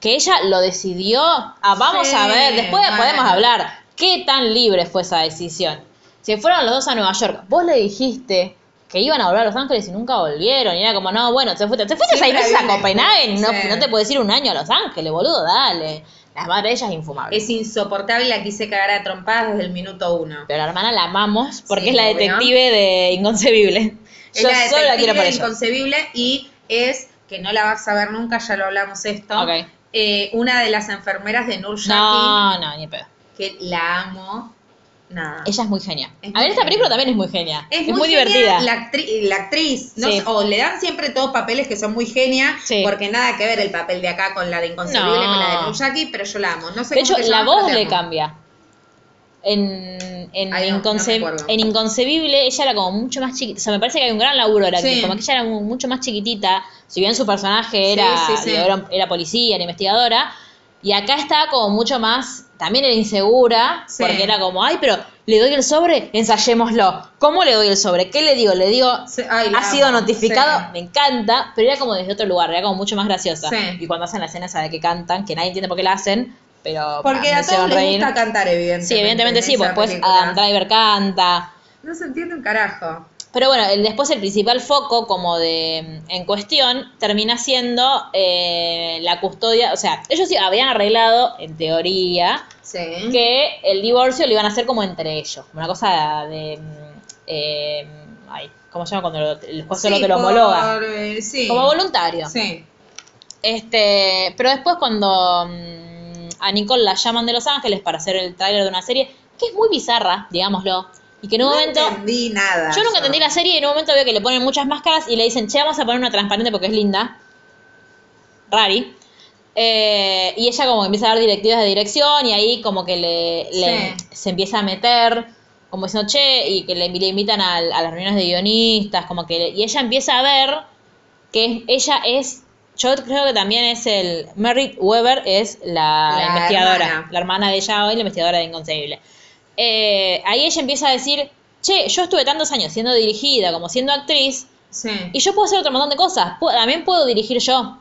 Speaker 2: que ella lo decidió. Ah, vamos
Speaker 3: Sí,
Speaker 2: a ver, después
Speaker 3: bueno.
Speaker 2: podemos hablar. ¿Qué tan libre fue esa decisión? Se fueron los dos a Nueva York. Vos le dijiste que iban a volver a Los Ángeles y nunca volvieron. Y era como, no, bueno, te fuiste, te fuiste seis
Speaker 3: Siempre
Speaker 2: meses a
Speaker 3: viene.
Speaker 2: Copenhague y no,
Speaker 3: Sí.
Speaker 2: no te puedes ir un año a Los Ángeles, boludo, dale. La madre de ella es infumable.
Speaker 3: Es insoportable, la quise cagar a trompadas desde el minuto uno.
Speaker 2: Pero la hermana la amamos porque
Speaker 3: Sí,
Speaker 2: es la
Speaker 3: obvio.
Speaker 2: detective de Inconcebible.
Speaker 3: Es
Speaker 2: Yo
Speaker 3: la
Speaker 2: solo la quiero
Speaker 3: detective
Speaker 2: para ella.
Speaker 3: inconcebible y es, que no la vas a ver nunca, ya lo hablamos esto,
Speaker 2: Ok.
Speaker 3: eh, una de las enfermeras de Nur Shaki,
Speaker 2: No, no, ni pedo.
Speaker 3: que la amo, nada.
Speaker 2: Ella es muy genia.
Speaker 3: Es
Speaker 2: a
Speaker 3: muy
Speaker 2: ver, esta
Speaker 3: genia.
Speaker 2: película también es muy genia. Es, muy,
Speaker 3: genia
Speaker 2: divertida.
Speaker 3: La, actri- la actriz, no
Speaker 2: Sí.
Speaker 3: sé, o le dan siempre todos papeles que son muy genia,
Speaker 2: Sí.
Speaker 3: porque nada que ver el papel de acá con la de Inconcebible,
Speaker 2: No.
Speaker 3: con la de Nur Shaki, pero yo la amo. No sé
Speaker 2: De
Speaker 3: cómo
Speaker 2: hecho,
Speaker 3: te
Speaker 2: la
Speaker 3: llamas, pero
Speaker 2: voz
Speaker 3: te
Speaker 2: le
Speaker 3: amo.
Speaker 2: cambia. En, en,
Speaker 3: Ay, no, no me
Speaker 2: Inconce-
Speaker 3: acuerdo.
Speaker 2: en Inconcebible ella era como mucho más chiquita. O sea, me parece que hay un gran laburo de la actriz,
Speaker 3: Sí.
Speaker 2: Como que ella era mu- mucho más chiquitita. Si bien su personaje
Speaker 3: Sí,
Speaker 2: era,
Speaker 3: sí, sí.
Speaker 2: digo, era, era policía, era investigadora. Y acá estaba como mucho más. También era insegura.
Speaker 3: Sí.
Speaker 2: Porque era como, ay, pero le doy el sobre, ensayémoslo. ¿Cómo le doy el sobre? ¿Qué le digo? Le digo,
Speaker 3: Sí, ay, la
Speaker 2: ha sido
Speaker 3: amo,
Speaker 2: notificado,
Speaker 3: sí.
Speaker 2: me encanta, pero era como desde otro lugar, era como mucho más graciosa.
Speaker 3: Sí.
Speaker 2: Y cuando hacen la escena esa de que cantan, que nadie entiende por qué la hacen, pero
Speaker 3: Porque
Speaker 2: bah, me
Speaker 3: a todos
Speaker 2: hicieron
Speaker 3: les
Speaker 2: reír.
Speaker 3: gusta cantar, evidentemente.
Speaker 2: Sí, evidentemente
Speaker 3: en
Speaker 2: sí,
Speaker 3: esa
Speaker 2: porque ah, después
Speaker 3: película.
Speaker 2: Adam Driver canta.
Speaker 3: No se entiende un carajo.
Speaker 2: Pero bueno, el, después el principal foco como de en cuestión termina siendo eh, la custodia, o sea, ellos sí habían arreglado, en teoría,
Speaker 3: Sí.
Speaker 2: que el divorcio lo iban a hacer como entre ellos, como una cosa de... mm, eh, ay, ¿Cómo se llama cuando lo- el juez solo
Speaker 3: Sí,
Speaker 2: te lo
Speaker 3: por,
Speaker 2: homologa?
Speaker 3: eh, sí.
Speaker 2: Como voluntario.
Speaker 3: Sí.
Speaker 2: Este, pero después cuando mm, a Nicole la llaman de Los Ángeles para hacer el tráiler de una serie, que es muy bizarra, digámoslo, Y que en un
Speaker 3: no
Speaker 2: momento.
Speaker 3: entendí nada.
Speaker 2: Yo nunca entendí la serie y en un momento veo que le ponen muchas máscaras y le dicen, che, vamos a poner una transparente porque es linda. Rari. Eh, y ella como que empieza a dar directivas de dirección y ahí como que le, le-
Speaker 3: Sí.
Speaker 2: se empieza a meter, como diciendo, che, y que le, le invitan a, a las reuniones de guionistas, como que... Y ella empieza a ver que ella es... Yo creo que también es el... Merrick Weber es la,
Speaker 3: La
Speaker 2: investigadora,
Speaker 3: hermana.
Speaker 2: la hermana de ella hoy, la investigadora de Inconcebible. Eh, ahí ella empieza a decir, che, yo estuve tantos años siendo dirigida como siendo actriz
Speaker 3: Sí.
Speaker 2: y yo puedo hacer otro montón de cosas. Pu- también puedo dirigir yo.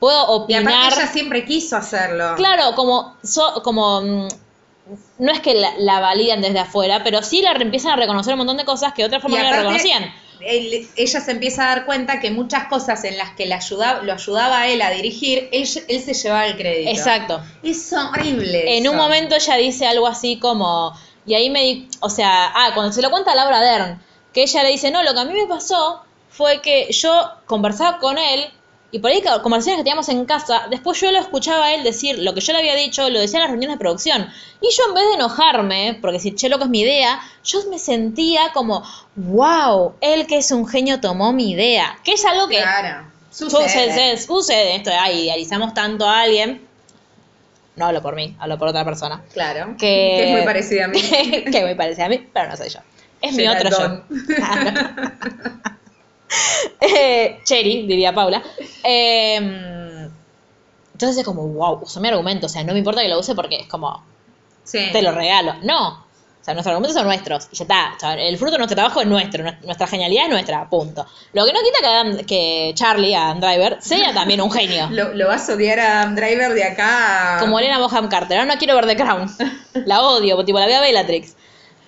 Speaker 2: Puedo
Speaker 3: Y
Speaker 2: opinar.
Speaker 3: aparte ella siempre quiso hacerlo.
Speaker 2: Claro, como, so- como mm, no es que la, la validan desde afuera, pero sí la re- empiezan a reconocer un montón de cosas que de otra
Speaker 3: Y
Speaker 2: forma no la
Speaker 3: aparte,
Speaker 2: reconocían.
Speaker 3: él- ella se empieza a dar cuenta que muchas cosas en las que le ayudaba, lo ayudaba a él a dirigir, él, él se llevaba el crédito.
Speaker 2: Exacto.
Speaker 3: Es horrible.
Speaker 2: En
Speaker 3: eso.
Speaker 2: un momento ella dice algo así como, y ahí me di, o sea, ah, cuando se lo cuenta a Laura Dern, que ella le dice, no, lo que a mí me pasó fue que yo conversaba con él, y por ahí conversaciones que teníamos en casa, después yo lo escuchaba a él decir lo que yo le había dicho, lo decía en las reuniones de producción. Y yo en vez de enojarme, porque si che loco es mi idea, yo me sentía como, wow, él que es un genio tomó mi idea. Que es algo que
Speaker 3: Claro.
Speaker 2: sucede.
Speaker 3: Sucede.
Speaker 2: sucede, sucede. esto, ay, idealizamos tanto a alguien. No hablo por mí, hablo por otra persona. [laughs]
Speaker 3: Claro.
Speaker 2: Que,
Speaker 3: es muy parecida
Speaker 2: [laughs]
Speaker 3: a mí.
Speaker 2: que me parece a mí, pero no soy yo. Es mi otro
Speaker 3: Geraldón.
Speaker 2: yo. Claro. [laughs] Eh, Cheri, diría Paula. Eh, entonces es como, wow, usó mi argumento. O sea, no me importa que lo use porque es como,
Speaker 3: Sí.
Speaker 2: te lo regalo. No. O sea, nuestros argumentos son nuestros. Y ya está. O sea, el fruto de nuestro trabajo es nuestro. Nues- Nuestra genialidad es nuestra. Punto. Lo que no quita que, Adam- que Charlie, Adam Driver, sea también un
Speaker 3: [laughs]
Speaker 2: genio.
Speaker 3: Lo, lo vas a odiar a Adam Driver de acá. a-
Speaker 2: Como Elena Boham Carter. Ahora no quiero ver The
Speaker 3: [laughs]
Speaker 2: Crown. La odio. Tipo, la veo a Bellatrix.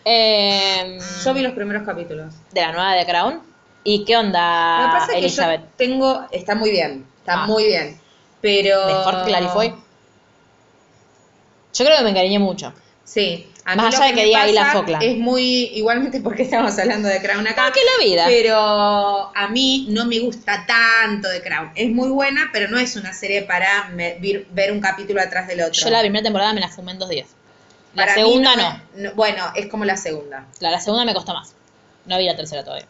Speaker 2: Eh,
Speaker 3: Mm. Yo vi los primeros capítulos.
Speaker 2: de la nueva de Crown. ¿Y qué
Speaker 3: Lo que
Speaker 2: onda,
Speaker 3: pasa es que
Speaker 2: Ah, Elizabeth?
Speaker 3: yo tengo. Está muy bien. Está
Speaker 2: Ah.
Speaker 3: muy bien. Pero.
Speaker 2: ¿De Fort Clarifoy? Yo creo que me encariñé mucho.
Speaker 3: Sí. A mí
Speaker 2: Más
Speaker 3: lo
Speaker 2: allá de que
Speaker 3: me
Speaker 2: diga ahí la
Speaker 3: pasa
Speaker 2: Falkland.
Speaker 3: Es muy. Igualmente porque estamos hablando de Crown acá.
Speaker 2: Ah, que la vida.
Speaker 3: Pero a mí no me gusta tanto de Crown. Es muy buena, pero no es una serie para me- vir- ver un capítulo atrás del otro.
Speaker 2: Yo la primera temporada me la fumé en dos días. La
Speaker 3: Para mí
Speaker 2: segunda no.
Speaker 3: me- no. Bueno, es como la segunda.
Speaker 2: La, la segunda me costó más. No vi la tercera todavía.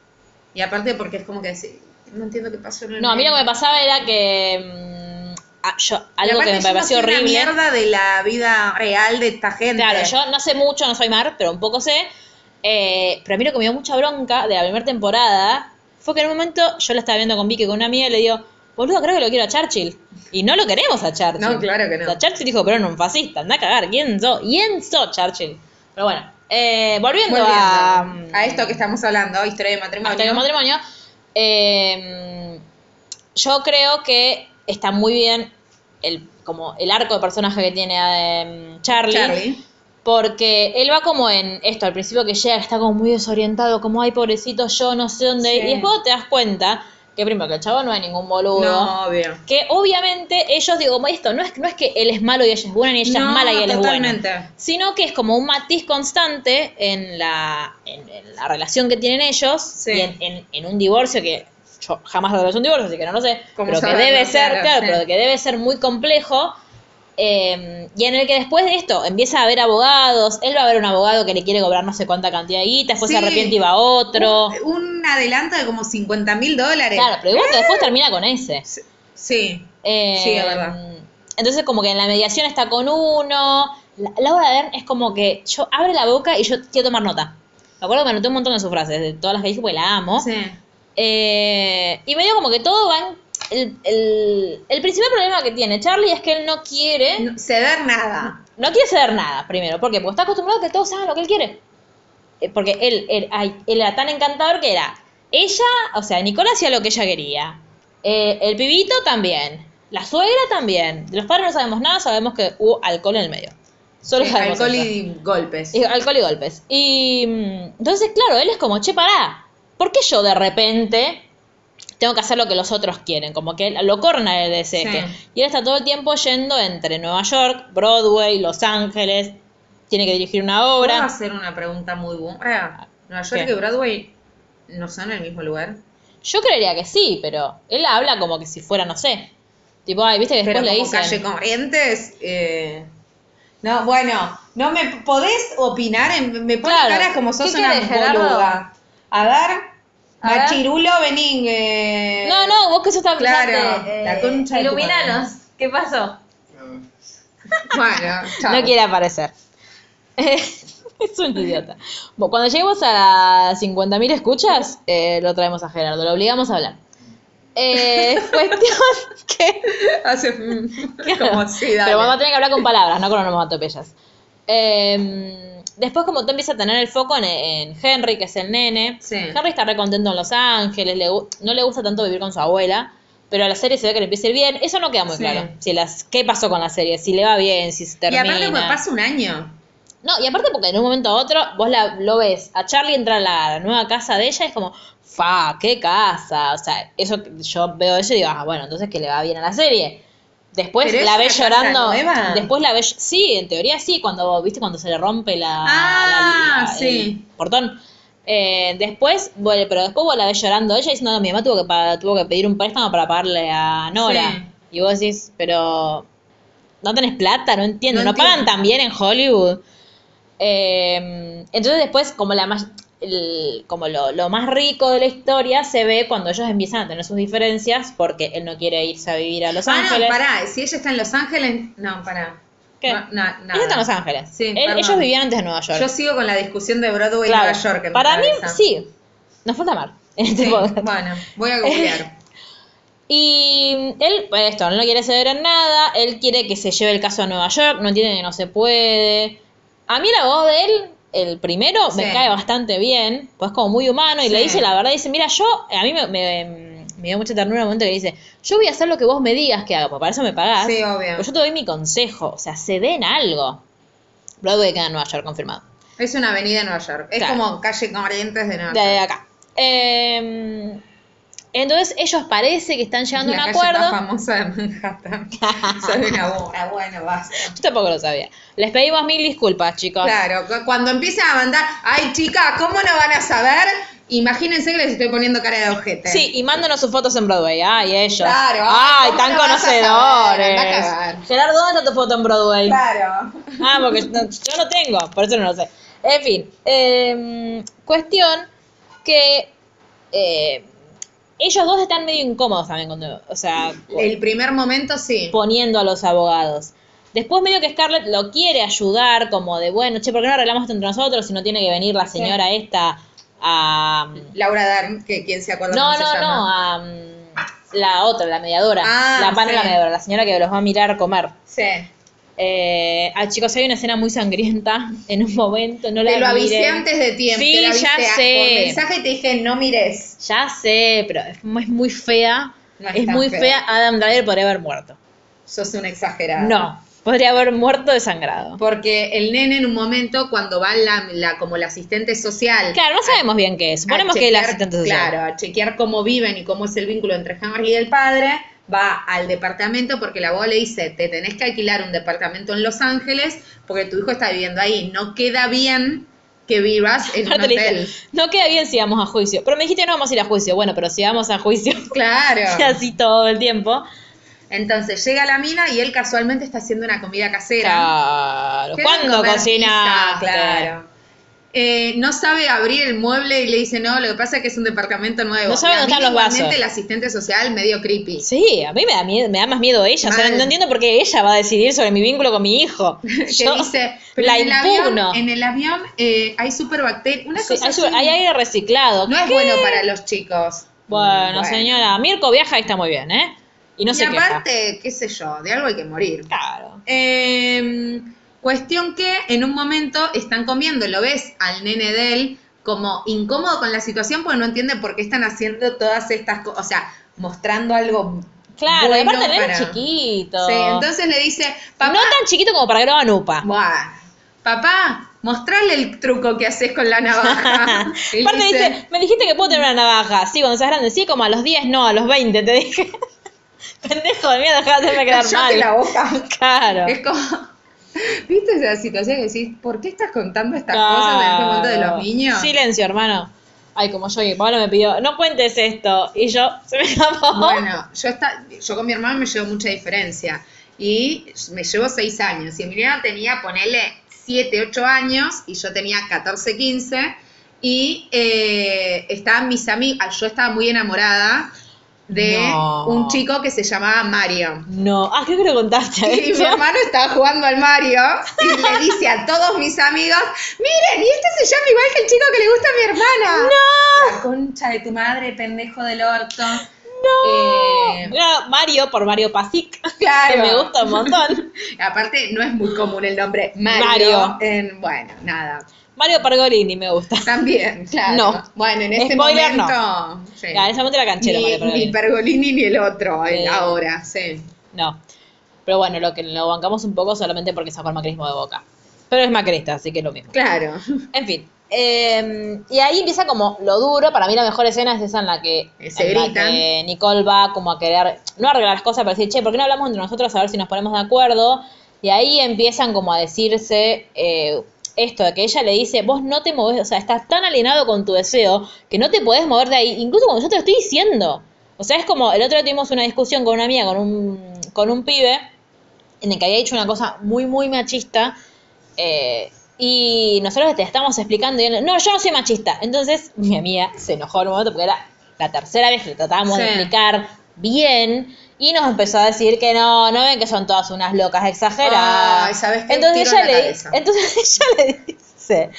Speaker 3: Y aparte porque es como que sí, no entiendo qué pasó. en el
Speaker 2: No, a mí lo que me
Speaker 3: medio.
Speaker 2: pasaba era que. mm, ah, yo-
Speaker 3: Mm. Y
Speaker 2: algo que
Speaker 3: aparte
Speaker 2: me
Speaker 3: yo no
Speaker 2: pareció
Speaker 3: sé una
Speaker 2: horrible.
Speaker 3: mierda de la vida real de esta gente.
Speaker 2: Claro, yo no sé mucho, no soy Mar, pero un poco sé. Eh, pero a mí lo que me dio mucha bronca de la primera temporada fue que en un momento yo la estaba viendo con Vicky, con una amiga, y le digo, boludo, creo que lo quiero a Churchill. Y no lo queremos a Churchill.
Speaker 3: No, claro que no.
Speaker 2: O sea, Churchill dijo, pero no, un fascista, anda a cagar, ¿quién so? ¿Quién so Churchill? Pero bueno, eh, volviendo,
Speaker 3: Volviendo
Speaker 2: a... mm,
Speaker 3: a esto que estamos hablando, historia de matrimonio.
Speaker 2: Hasta que el matrimonio. eh, yo creo que está muy bien el, como el arco de personaje que tiene eh,
Speaker 3: Charlie.
Speaker 2: porque él va como en esto, al principio que llega, está como muy desorientado, como, ay, pobrecito, yo no sé dónde ir.
Speaker 3: Sí.
Speaker 2: Y después te das cuenta que, primero, que el chavo no es ningún boludo.
Speaker 3: No, obvio.
Speaker 2: Que obviamente ellos, digo, como esto, no es, no es que él es malo y ella es buena, ni ella
Speaker 3: No,
Speaker 2: es mala y él es
Speaker 3: totalmente.
Speaker 2: bueno. Sino que es como un matiz constante en la, en, en la relación que tienen ellos
Speaker 3: Sí.
Speaker 2: y en, en- en un divorcio que yo jamás atravesé un divorcio, así que no lo sé.
Speaker 3: Como
Speaker 2: pero que
Speaker 3: saberlo,
Speaker 2: debe ser,
Speaker 3: claro,
Speaker 2: claro,
Speaker 3: sí.
Speaker 2: pero que debe ser muy complejo. Eh, y en el que después de esto empieza a haber abogados, él va a ver un abogado que le quiere cobrar no sé cuánta cantidad de guita, después
Speaker 3: Sí. Uh,
Speaker 2: se arrepiente y va a otro.
Speaker 3: Un, un adelanto de como 50 mil dólares.
Speaker 2: Claro, pero igual que después termina con ese.
Speaker 3: Sí.
Speaker 2: Eh,
Speaker 3: Sí, es verdad.
Speaker 2: Entonces, como que en la mediación está con uno. La- Laura Dern es como que yo abre la boca y yo quiero tomar nota. Me acuerdo que me anoté un montón de sus frases, de todas las que dije, porque la amo.
Speaker 3: Sí.
Speaker 2: Eh, y medio como que todo va en- El, el- el principal problema que tiene Charlie es que él no quiere. No,
Speaker 3: No- Ceder nada.
Speaker 2: quiere ceder nada, primero. ¿Por qué? Porque está acostumbrado a que todos hagan lo que él quiere. Eh, Porque él, él- ay, él era tan encantador que era. Ella, o sea, Nicolás hacía lo que ella quería. Eh, el pibito también. La suegra también. De los padres no sabemos nada, sabemos que hubo alcohol en el medio. Solo
Speaker 3: Eh,
Speaker 2: sabemos
Speaker 3: alcohol
Speaker 2: eso.
Speaker 3: y golpes.
Speaker 2: Y alcohol y golpes. Y mm, entonces, claro, él es como, che, pará, ¿por qué yo de repente tengo que hacer lo que los otros quieren? Como que lo corren a él de ese
Speaker 3: Sí.
Speaker 2: eje. Y él está todo el tiempo yendo entre Nueva York, Broadway, Los Ángeles, tiene que dirigir una
Speaker 3: ¿Puedo
Speaker 2: obra.
Speaker 3: hacer una pregunta muy buena? Nueva York
Speaker 2: ¿Qué?
Speaker 3: y Broadway no son el mismo lugar.
Speaker 2: Yo creería que sí, pero él habla como que si fuera, no sé. Tipo, ay, viste que después
Speaker 3: pero
Speaker 2: le
Speaker 3: como
Speaker 2: dicen.
Speaker 3: calle Corrientes, eh, No, bueno, no me podés opinar, en- me pones
Speaker 4: Claro.
Speaker 3: cara como sos
Speaker 4: ¿Qué
Speaker 3: una
Speaker 4: querés, Gerardo?
Speaker 3: boluda. A ver,
Speaker 4: A ver.
Speaker 3: machirulo, vení. eh,
Speaker 4: No, no, vos que sos tan
Speaker 3: Claro,
Speaker 4: brillante,
Speaker 3: la concha de tu
Speaker 4: Eh, Iluminanos. ¿Qué pasó?
Speaker 3: Bueno,
Speaker 2: [laughs]
Speaker 3: chao.
Speaker 2: No quiere aparecer. [laughs] es un idiota. Bueno, cuando lleguemos a 50.000 escuchas, eh, lo traemos a Gerardo, lo obligamos a hablar.
Speaker 3: [laughs]
Speaker 2: Eh, cuestión que...
Speaker 3: Hace mm,
Speaker 2: [laughs]
Speaker 3: como sí, dale.
Speaker 2: Pero vamos a tener que hablar con palabras, no con onomatopeyas. Eh, después, como tú empiezas a tener el foco en, en Henry, que es el nene.
Speaker 3: Sí.
Speaker 2: Henry está re contento en Los Ángeles, le gu- no le gusta tanto vivir con su abuela, pero a la serie se ve que le empieza a ir bien. Eso no queda muy
Speaker 3: Sí.
Speaker 2: claro. Si las, ¿Qué pasó con la serie? Si le va bien, si se
Speaker 3: Y
Speaker 2: termina.
Speaker 3: aparte, pues pasa un año.
Speaker 2: No, y aparte porque en un momento a otro vos la, lo ves, a Charlie entra a la, la nueva casa de ella y es como, fa, qué casa. O sea, eso que- yo veo eso y digo, ah, bueno, entonces que le va bien a la serie. Después
Speaker 3: Pero es
Speaker 2: la
Speaker 3: una
Speaker 2: ves
Speaker 3: casa
Speaker 2: llorando.
Speaker 3: nueva.
Speaker 2: Después la ves. Sí, en teoría sí, cuando, viste, cuando se le rompe la.
Speaker 3: Ah,
Speaker 2: la- la-
Speaker 3: sí.
Speaker 2: el portón. Eh, después, bueno, pero después vos la ves llorando ella diciendo, no, mi mamá tuvo que, pa- tuvo que pedir un préstamo para pagarle a Nora.
Speaker 3: Sí.
Speaker 2: Y vos decís, pero. No tenés plata, no entiendo.
Speaker 3: No
Speaker 2: No, pagan
Speaker 3: entiendo.
Speaker 2: tan bien en Hollywood. Eh, entonces después, como la más, el- como lo, lo más rico de la historia se ve cuando ellos empiezan a tener sus diferencias porque él no quiere irse a vivir a Los
Speaker 3: Ah, no,
Speaker 2: Ángeles.
Speaker 3: pará, si ella está en Los Ángeles, no, pará.
Speaker 2: ¿Qué?
Speaker 3: No, no, nada.
Speaker 2: Ellos están en Los Ángeles.
Speaker 3: Sí,
Speaker 2: Él-
Speaker 3: perdón.
Speaker 2: ellos vivían antes de Nueva York.
Speaker 3: Yo sigo con la discusión de Broadway
Speaker 2: Claro.
Speaker 3: y Nueva York. en mi
Speaker 2: Para mí,
Speaker 3: cabeza.
Speaker 2: sí. Nos falta mar [laughs] en este
Speaker 3: Sí,
Speaker 2: podcast.
Speaker 3: Bueno, voy a
Speaker 2: [laughs]
Speaker 3: googlear.
Speaker 2: Y él, pues, esto, no lo quiere ceder en nada, él quiere que se lleve el caso a Nueva York, no entiende que no se puede. A mí la voz de él, el primero,
Speaker 3: Sí.
Speaker 2: me cae bastante bien, pues como muy humano, y le
Speaker 3: Sí.
Speaker 2: dice la verdad, dice, mira, yo, a mí me, me- me dio mucha ternura el momento que le dice, yo voy a hacer lo que vos me digas que haga, porque para eso me pagás,
Speaker 3: Sí, obvio.
Speaker 2: pero yo te doy mi consejo, o sea, se den algo. Broadway queda en Nueva York, confirmado.
Speaker 3: Es una avenida de Nueva York. Es
Speaker 2: Claro.
Speaker 3: como calle Corrientes de Nueva
Speaker 2: de, de
Speaker 3: York.
Speaker 2: acá. Eh, entonces ellos parece que están llegando
Speaker 3: la
Speaker 2: a un
Speaker 3: calle más
Speaker 2: acuerdo.
Speaker 3: famosa de
Speaker 2: [laughs]
Speaker 3: Manhattan. Soy una burra, bueno, basta.
Speaker 2: Yo tampoco lo sabía. Les pedimos mil disculpas, chicos.
Speaker 3: Claro, cu- cuando empiezan a mandar, ay chica, ¿cómo no van a saber? Imagínense que les estoy poniendo cara de ojete.
Speaker 2: Sí, y mándanos sus fotos en Broadway. Ay, ellos.
Speaker 3: Claro,
Speaker 2: ay,
Speaker 3: ay, ¿cómo
Speaker 2: tan
Speaker 3: no vas a
Speaker 2: conocedores.
Speaker 3: cagar? Anda a cagar.
Speaker 2: Gerardo, ¿dónde está tu foto en Broadway?
Speaker 3: Claro.
Speaker 2: Ah, porque yo no, yo no tengo, por eso no lo sé. En fin, eh, cuestión que eh, ellos dos están medio incómodos también cuando, o sea,
Speaker 3: El primer momento sí.
Speaker 2: poniendo a los abogados. Después medio que Scarlett lo quiere ayudar, como de, bueno, che, ¿por qué no arreglamos esto entre nosotros si no tiene que venir la señora esta a...
Speaker 3: Laura Dern, que quien se acuerda
Speaker 2: No,
Speaker 3: cómo se
Speaker 2: no, no,
Speaker 3: llama.
Speaker 2: a mm, la otra, la mediadora.
Speaker 3: Ah,
Speaker 2: la pana
Speaker 3: sí.
Speaker 2: la mediadora, la señora que los va a mirar comer.
Speaker 3: Sí.
Speaker 2: Eh, ah, chicos, hay una escena muy sangrienta [laughs] en un momento, no la
Speaker 3: Te lo avisé
Speaker 2: miren.
Speaker 3: antes de tiempo.
Speaker 2: Sí,
Speaker 3: te lo avisé
Speaker 2: ya
Speaker 3: a-
Speaker 2: sé.
Speaker 3: Por mensaje te dije, no mires.
Speaker 2: Ya sé, pero es muy, es muy fea.
Speaker 3: No es
Speaker 2: es
Speaker 3: tan
Speaker 2: muy
Speaker 3: fea.
Speaker 2: fea. Adam Driver podría haber muerto.
Speaker 3: Sos una exagerada.
Speaker 2: No, podría haber muerto desangrado.
Speaker 3: Porque el nene en un momento, cuando va la, la- como la asistente social.
Speaker 2: Claro, no sabemos bien qué es. Suponemos
Speaker 3: a
Speaker 2: que es la
Speaker 3: chequear-
Speaker 2: asistente social.
Speaker 3: Claro, a chequear cómo viven y cómo es el vínculo entre Henry y el padre, va al departamento porque la abogada le dice, te tenés que alquilar un departamento en Los Ángeles porque tu hijo está viviendo ahí. No queda bien que vivas en un
Speaker 2: Aparte le dije,
Speaker 3: hotel.
Speaker 2: [laughs] no queda bien si vamos a juicio. Pero me dijiste que no vamos a ir a juicio. Bueno, pero si vamos a juicio [laughs]
Speaker 3: Claro.
Speaker 2: así todo el tiempo.
Speaker 3: Entonces llega la mina y él casualmente está haciendo una comida casera.
Speaker 2: Claro.
Speaker 3: Quieren
Speaker 2: ¿Cuándo
Speaker 3: comer
Speaker 2: cocinaste?
Speaker 3: pizza, Claro. Eh, no sabe abrir el mueble y le dice, no, lo que pasa es que es un departamento nuevo.
Speaker 2: No sabe
Speaker 3: Y a
Speaker 2: dónde
Speaker 3: mí
Speaker 2: están los vasos.
Speaker 3: igualmente la asistente social medio creepy.
Speaker 2: Sí, a mí me da miedo, me da más miedo ella. O sea,
Speaker 3: Mal.
Speaker 2: no entiendo por qué ella va a decidir sobre mi vínculo con mi hijo.
Speaker 3: [laughs] que
Speaker 2: Yo
Speaker 3: dice, pero
Speaker 2: la
Speaker 3: en el avión,
Speaker 2: impugno.
Speaker 3: en el avión eh, hay superbacterias, una
Speaker 2: Sí,
Speaker 3: cosa
Speaker 2: hay, su-
Speaker 3: así.
Speaker 2: hay aire reciclado.
Speaker 3: no es
Speaker 2: ¿Qué?
Speaker 3: bueno para los chicos.
Speaker 2: Bueno,
Speaker 3: Bueno.
Speaker 2: señora, Mirko viaja y está muy bien, ¿eh? Y no
Speaker 3: y
Speaker 2: se queja.
Speaker 3: aparte, qué sé yo, de algo hay que morir.
Speaker 2: Claro.
Speaker 3: Eh, cuestión que en un momento están comiendo, lo ves al nene de él como incómodo con la situación porque no entiende por qué están haciendo todas estas cosas, o sea, mostrando algo
Speaker 2: Claro, y
Speaker 3: bueno
Speaker 2: aparte él
Speaker 3: para-
Speaker 2: es chiquito.
Speaker 3: Sí, entonces le dice, papá,
Speaker 2: No tan chiquito como para que lo hagan upa.
Speaker 3: buah, papá, mostrarle el truco que haces con
Speaker 2: [laughs]
Speaker 3: la navaja. Y le
Speaker 2: Ah, Aparte dice, me dijiste que puedo tener una navaja. Sí, cuando seas grande. Sí, como a los 10, no, a los 20, te dije. [laughs] Pendejo de mierda, dejá de hacerme quedar mal.
Speaker 3: Cállate la boca.
Speaker 2: Claro.
Speaker 3: Es como. [laughs] ¿Viste esa situación que decís, ¿por qué estás contando estas cosas en este
Speaker 2: Claro.
Speaker 3: mundo de los niños?
Speaker 2: Silencio, hermano. Ay, como yo, y Pablo me pidió, no cuentes esto. Y yo, se me escapó.
Speaker 3: Bueno, yo, está, yo con mi hermano me llevo mucha diferencia. y me llevo seis años. Y Emiliano tenía, ponele, siete, ocho años y yo tenía 14, 15. Y eh, estaban mis amigas, yo estaba muy enamorada de
Speaker 2: No.
Speaker 3: un chico que se llamaba Mario.
Speaker 2: [laughs] No, ah, creo que lo contaste.
Speaker 3: Y mi
Speaker 2: eso.
Speaker 3: hermano estaba jugando al Mario y le dice a todos mis amigos, miren, y este se llama igual que el chico que le gusta a mi hermana.
Speaker 4: La concha de tu madre, pendejo del orto.
Speaker 3: Eh,
Speaker 2: Era Mario por Mario Pasic, que
Speaker 3: claro.
Speaker 2: me gusta un montón.
Speaker 3: Aparte, no es muy común el nombre Mario.
Speaker 2: Mario.
Speaker 3: en- bueno, nada.
Speaker 2: Mario Pergolini me gusta.
Speaker 3: También, claro.
Speaker 2: No.
Speaker 3: Bueno, en ese
Speaker 2: Spoiler,
Speaker 3: momento. sí.
Speaker 2: Ah, en ese momento era canchero
Speaker 3: ni,
Speaker 2: Mario Pergolini.
Speaker 3: ni Pergolini ni el otro, el
Speaker 2: Sí.
Speaker 3: ahora, sí.
Speaker 2: No. Pero bueno, lo que lo bancamos un poco solamente porque sacó el macrismo de boca. Pero es macrista, así que es lo mismo.
Speaker 3: Claro.
Speaker 2: En fin. eh, y ahí empieza como lo duro. Para mí la mejor escena es esa en la que,
Speaker 3: Se
Speaker 2: en la
Speaker 3: gritan.
Speaker 2: que Nicole va como a querer, no arreglar las cosas, pero decir, che, ¿por qué no hablamos entre nosotros a ver si nos ponemos de acuerdo? Y ahí empiezan como a decirse eh, esto, de que ella le dice, vos no te moves, o sea, estás tan alienado con tu deseo que no te podés mover de ahí, incluso cuando yo te lo estoy diciendo. O sea, es como, el otro día tuvimos una discusión con una amiga, con un, con un pibe, en el que había dicho una cosa muy, muy machista. eh, y nosotros te estamos explicando, y él, no, yo no soy machista. Entonces mi amiga se enojó en un momento porque era la tercera vez que le tratábamos de
Speaker 3: Sí.
Speaker 2: explicar bien. Y nos empezó a decir que no, no ven que son todas unas locas exageradas.
Speaker 3: Ay, ¿sabes qué?
Speaker 2: Entonces
Speaker 3: Tiro
Speaker 2: ella
Speaker 3: en la
Speaker 2: le,
Speaker 3: cabeza.
Speaker 2: entonces [laughs] ella le dice,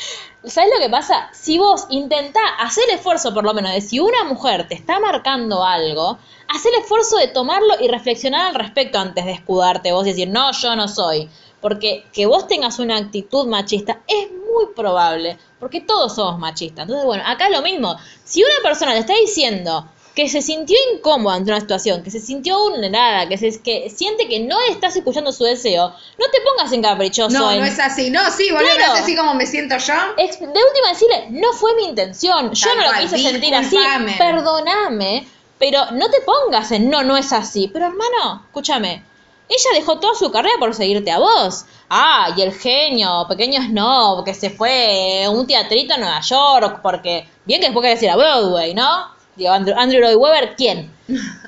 Speaker 2: ¿sabes lo que pasa? Si vos intentás hacer el esfuerzo, por lo menos, de si una mujer te está marcando algo, haz el esfuerzo de tomarlo y reflexionar al respecto antes de escudarte vos y decir, no, yo no soy. Porque que vos tengas una actitud machista es muy probable, porque todos somos machistas. Entonces, bueno, acá lo mismo. Si una persona te está diciendo que se sintió incómoda ante una situación, que se sintió vulnerada, que, se, que siente que no estás escuchando su deseo, no te pongas en caprichoso.
Speaker 3: No,
Speaker 2: en-
Speaker 3: no es así. No, sí, vos
Speaker 2: Claro.
Speaker 3: lo ves así como me siento yo.
Speaker 2: Ex- De última decirle, no fue mi intención, yo
Speaker 3: Tal
Speaker 2: no lo
Speaker 3: cual,
Speaker 2: quise sentir así,
Speaker 3: discúlpame.
Speaker 2: perdoname, pero no te pongas en no, no es así. Pero hermano, escúchame, ella dejó toda su carrera por seguirte a vos. Ah, y el genio, pequeño snob, que se fue a un teatrito a Nueva York, porque bien que después querés ir a Broadway, ¿no? Digo, Andrew, Andrew Lloyd Webber,
Speaker 3: [laughs]
Speaker 2: ¿quién?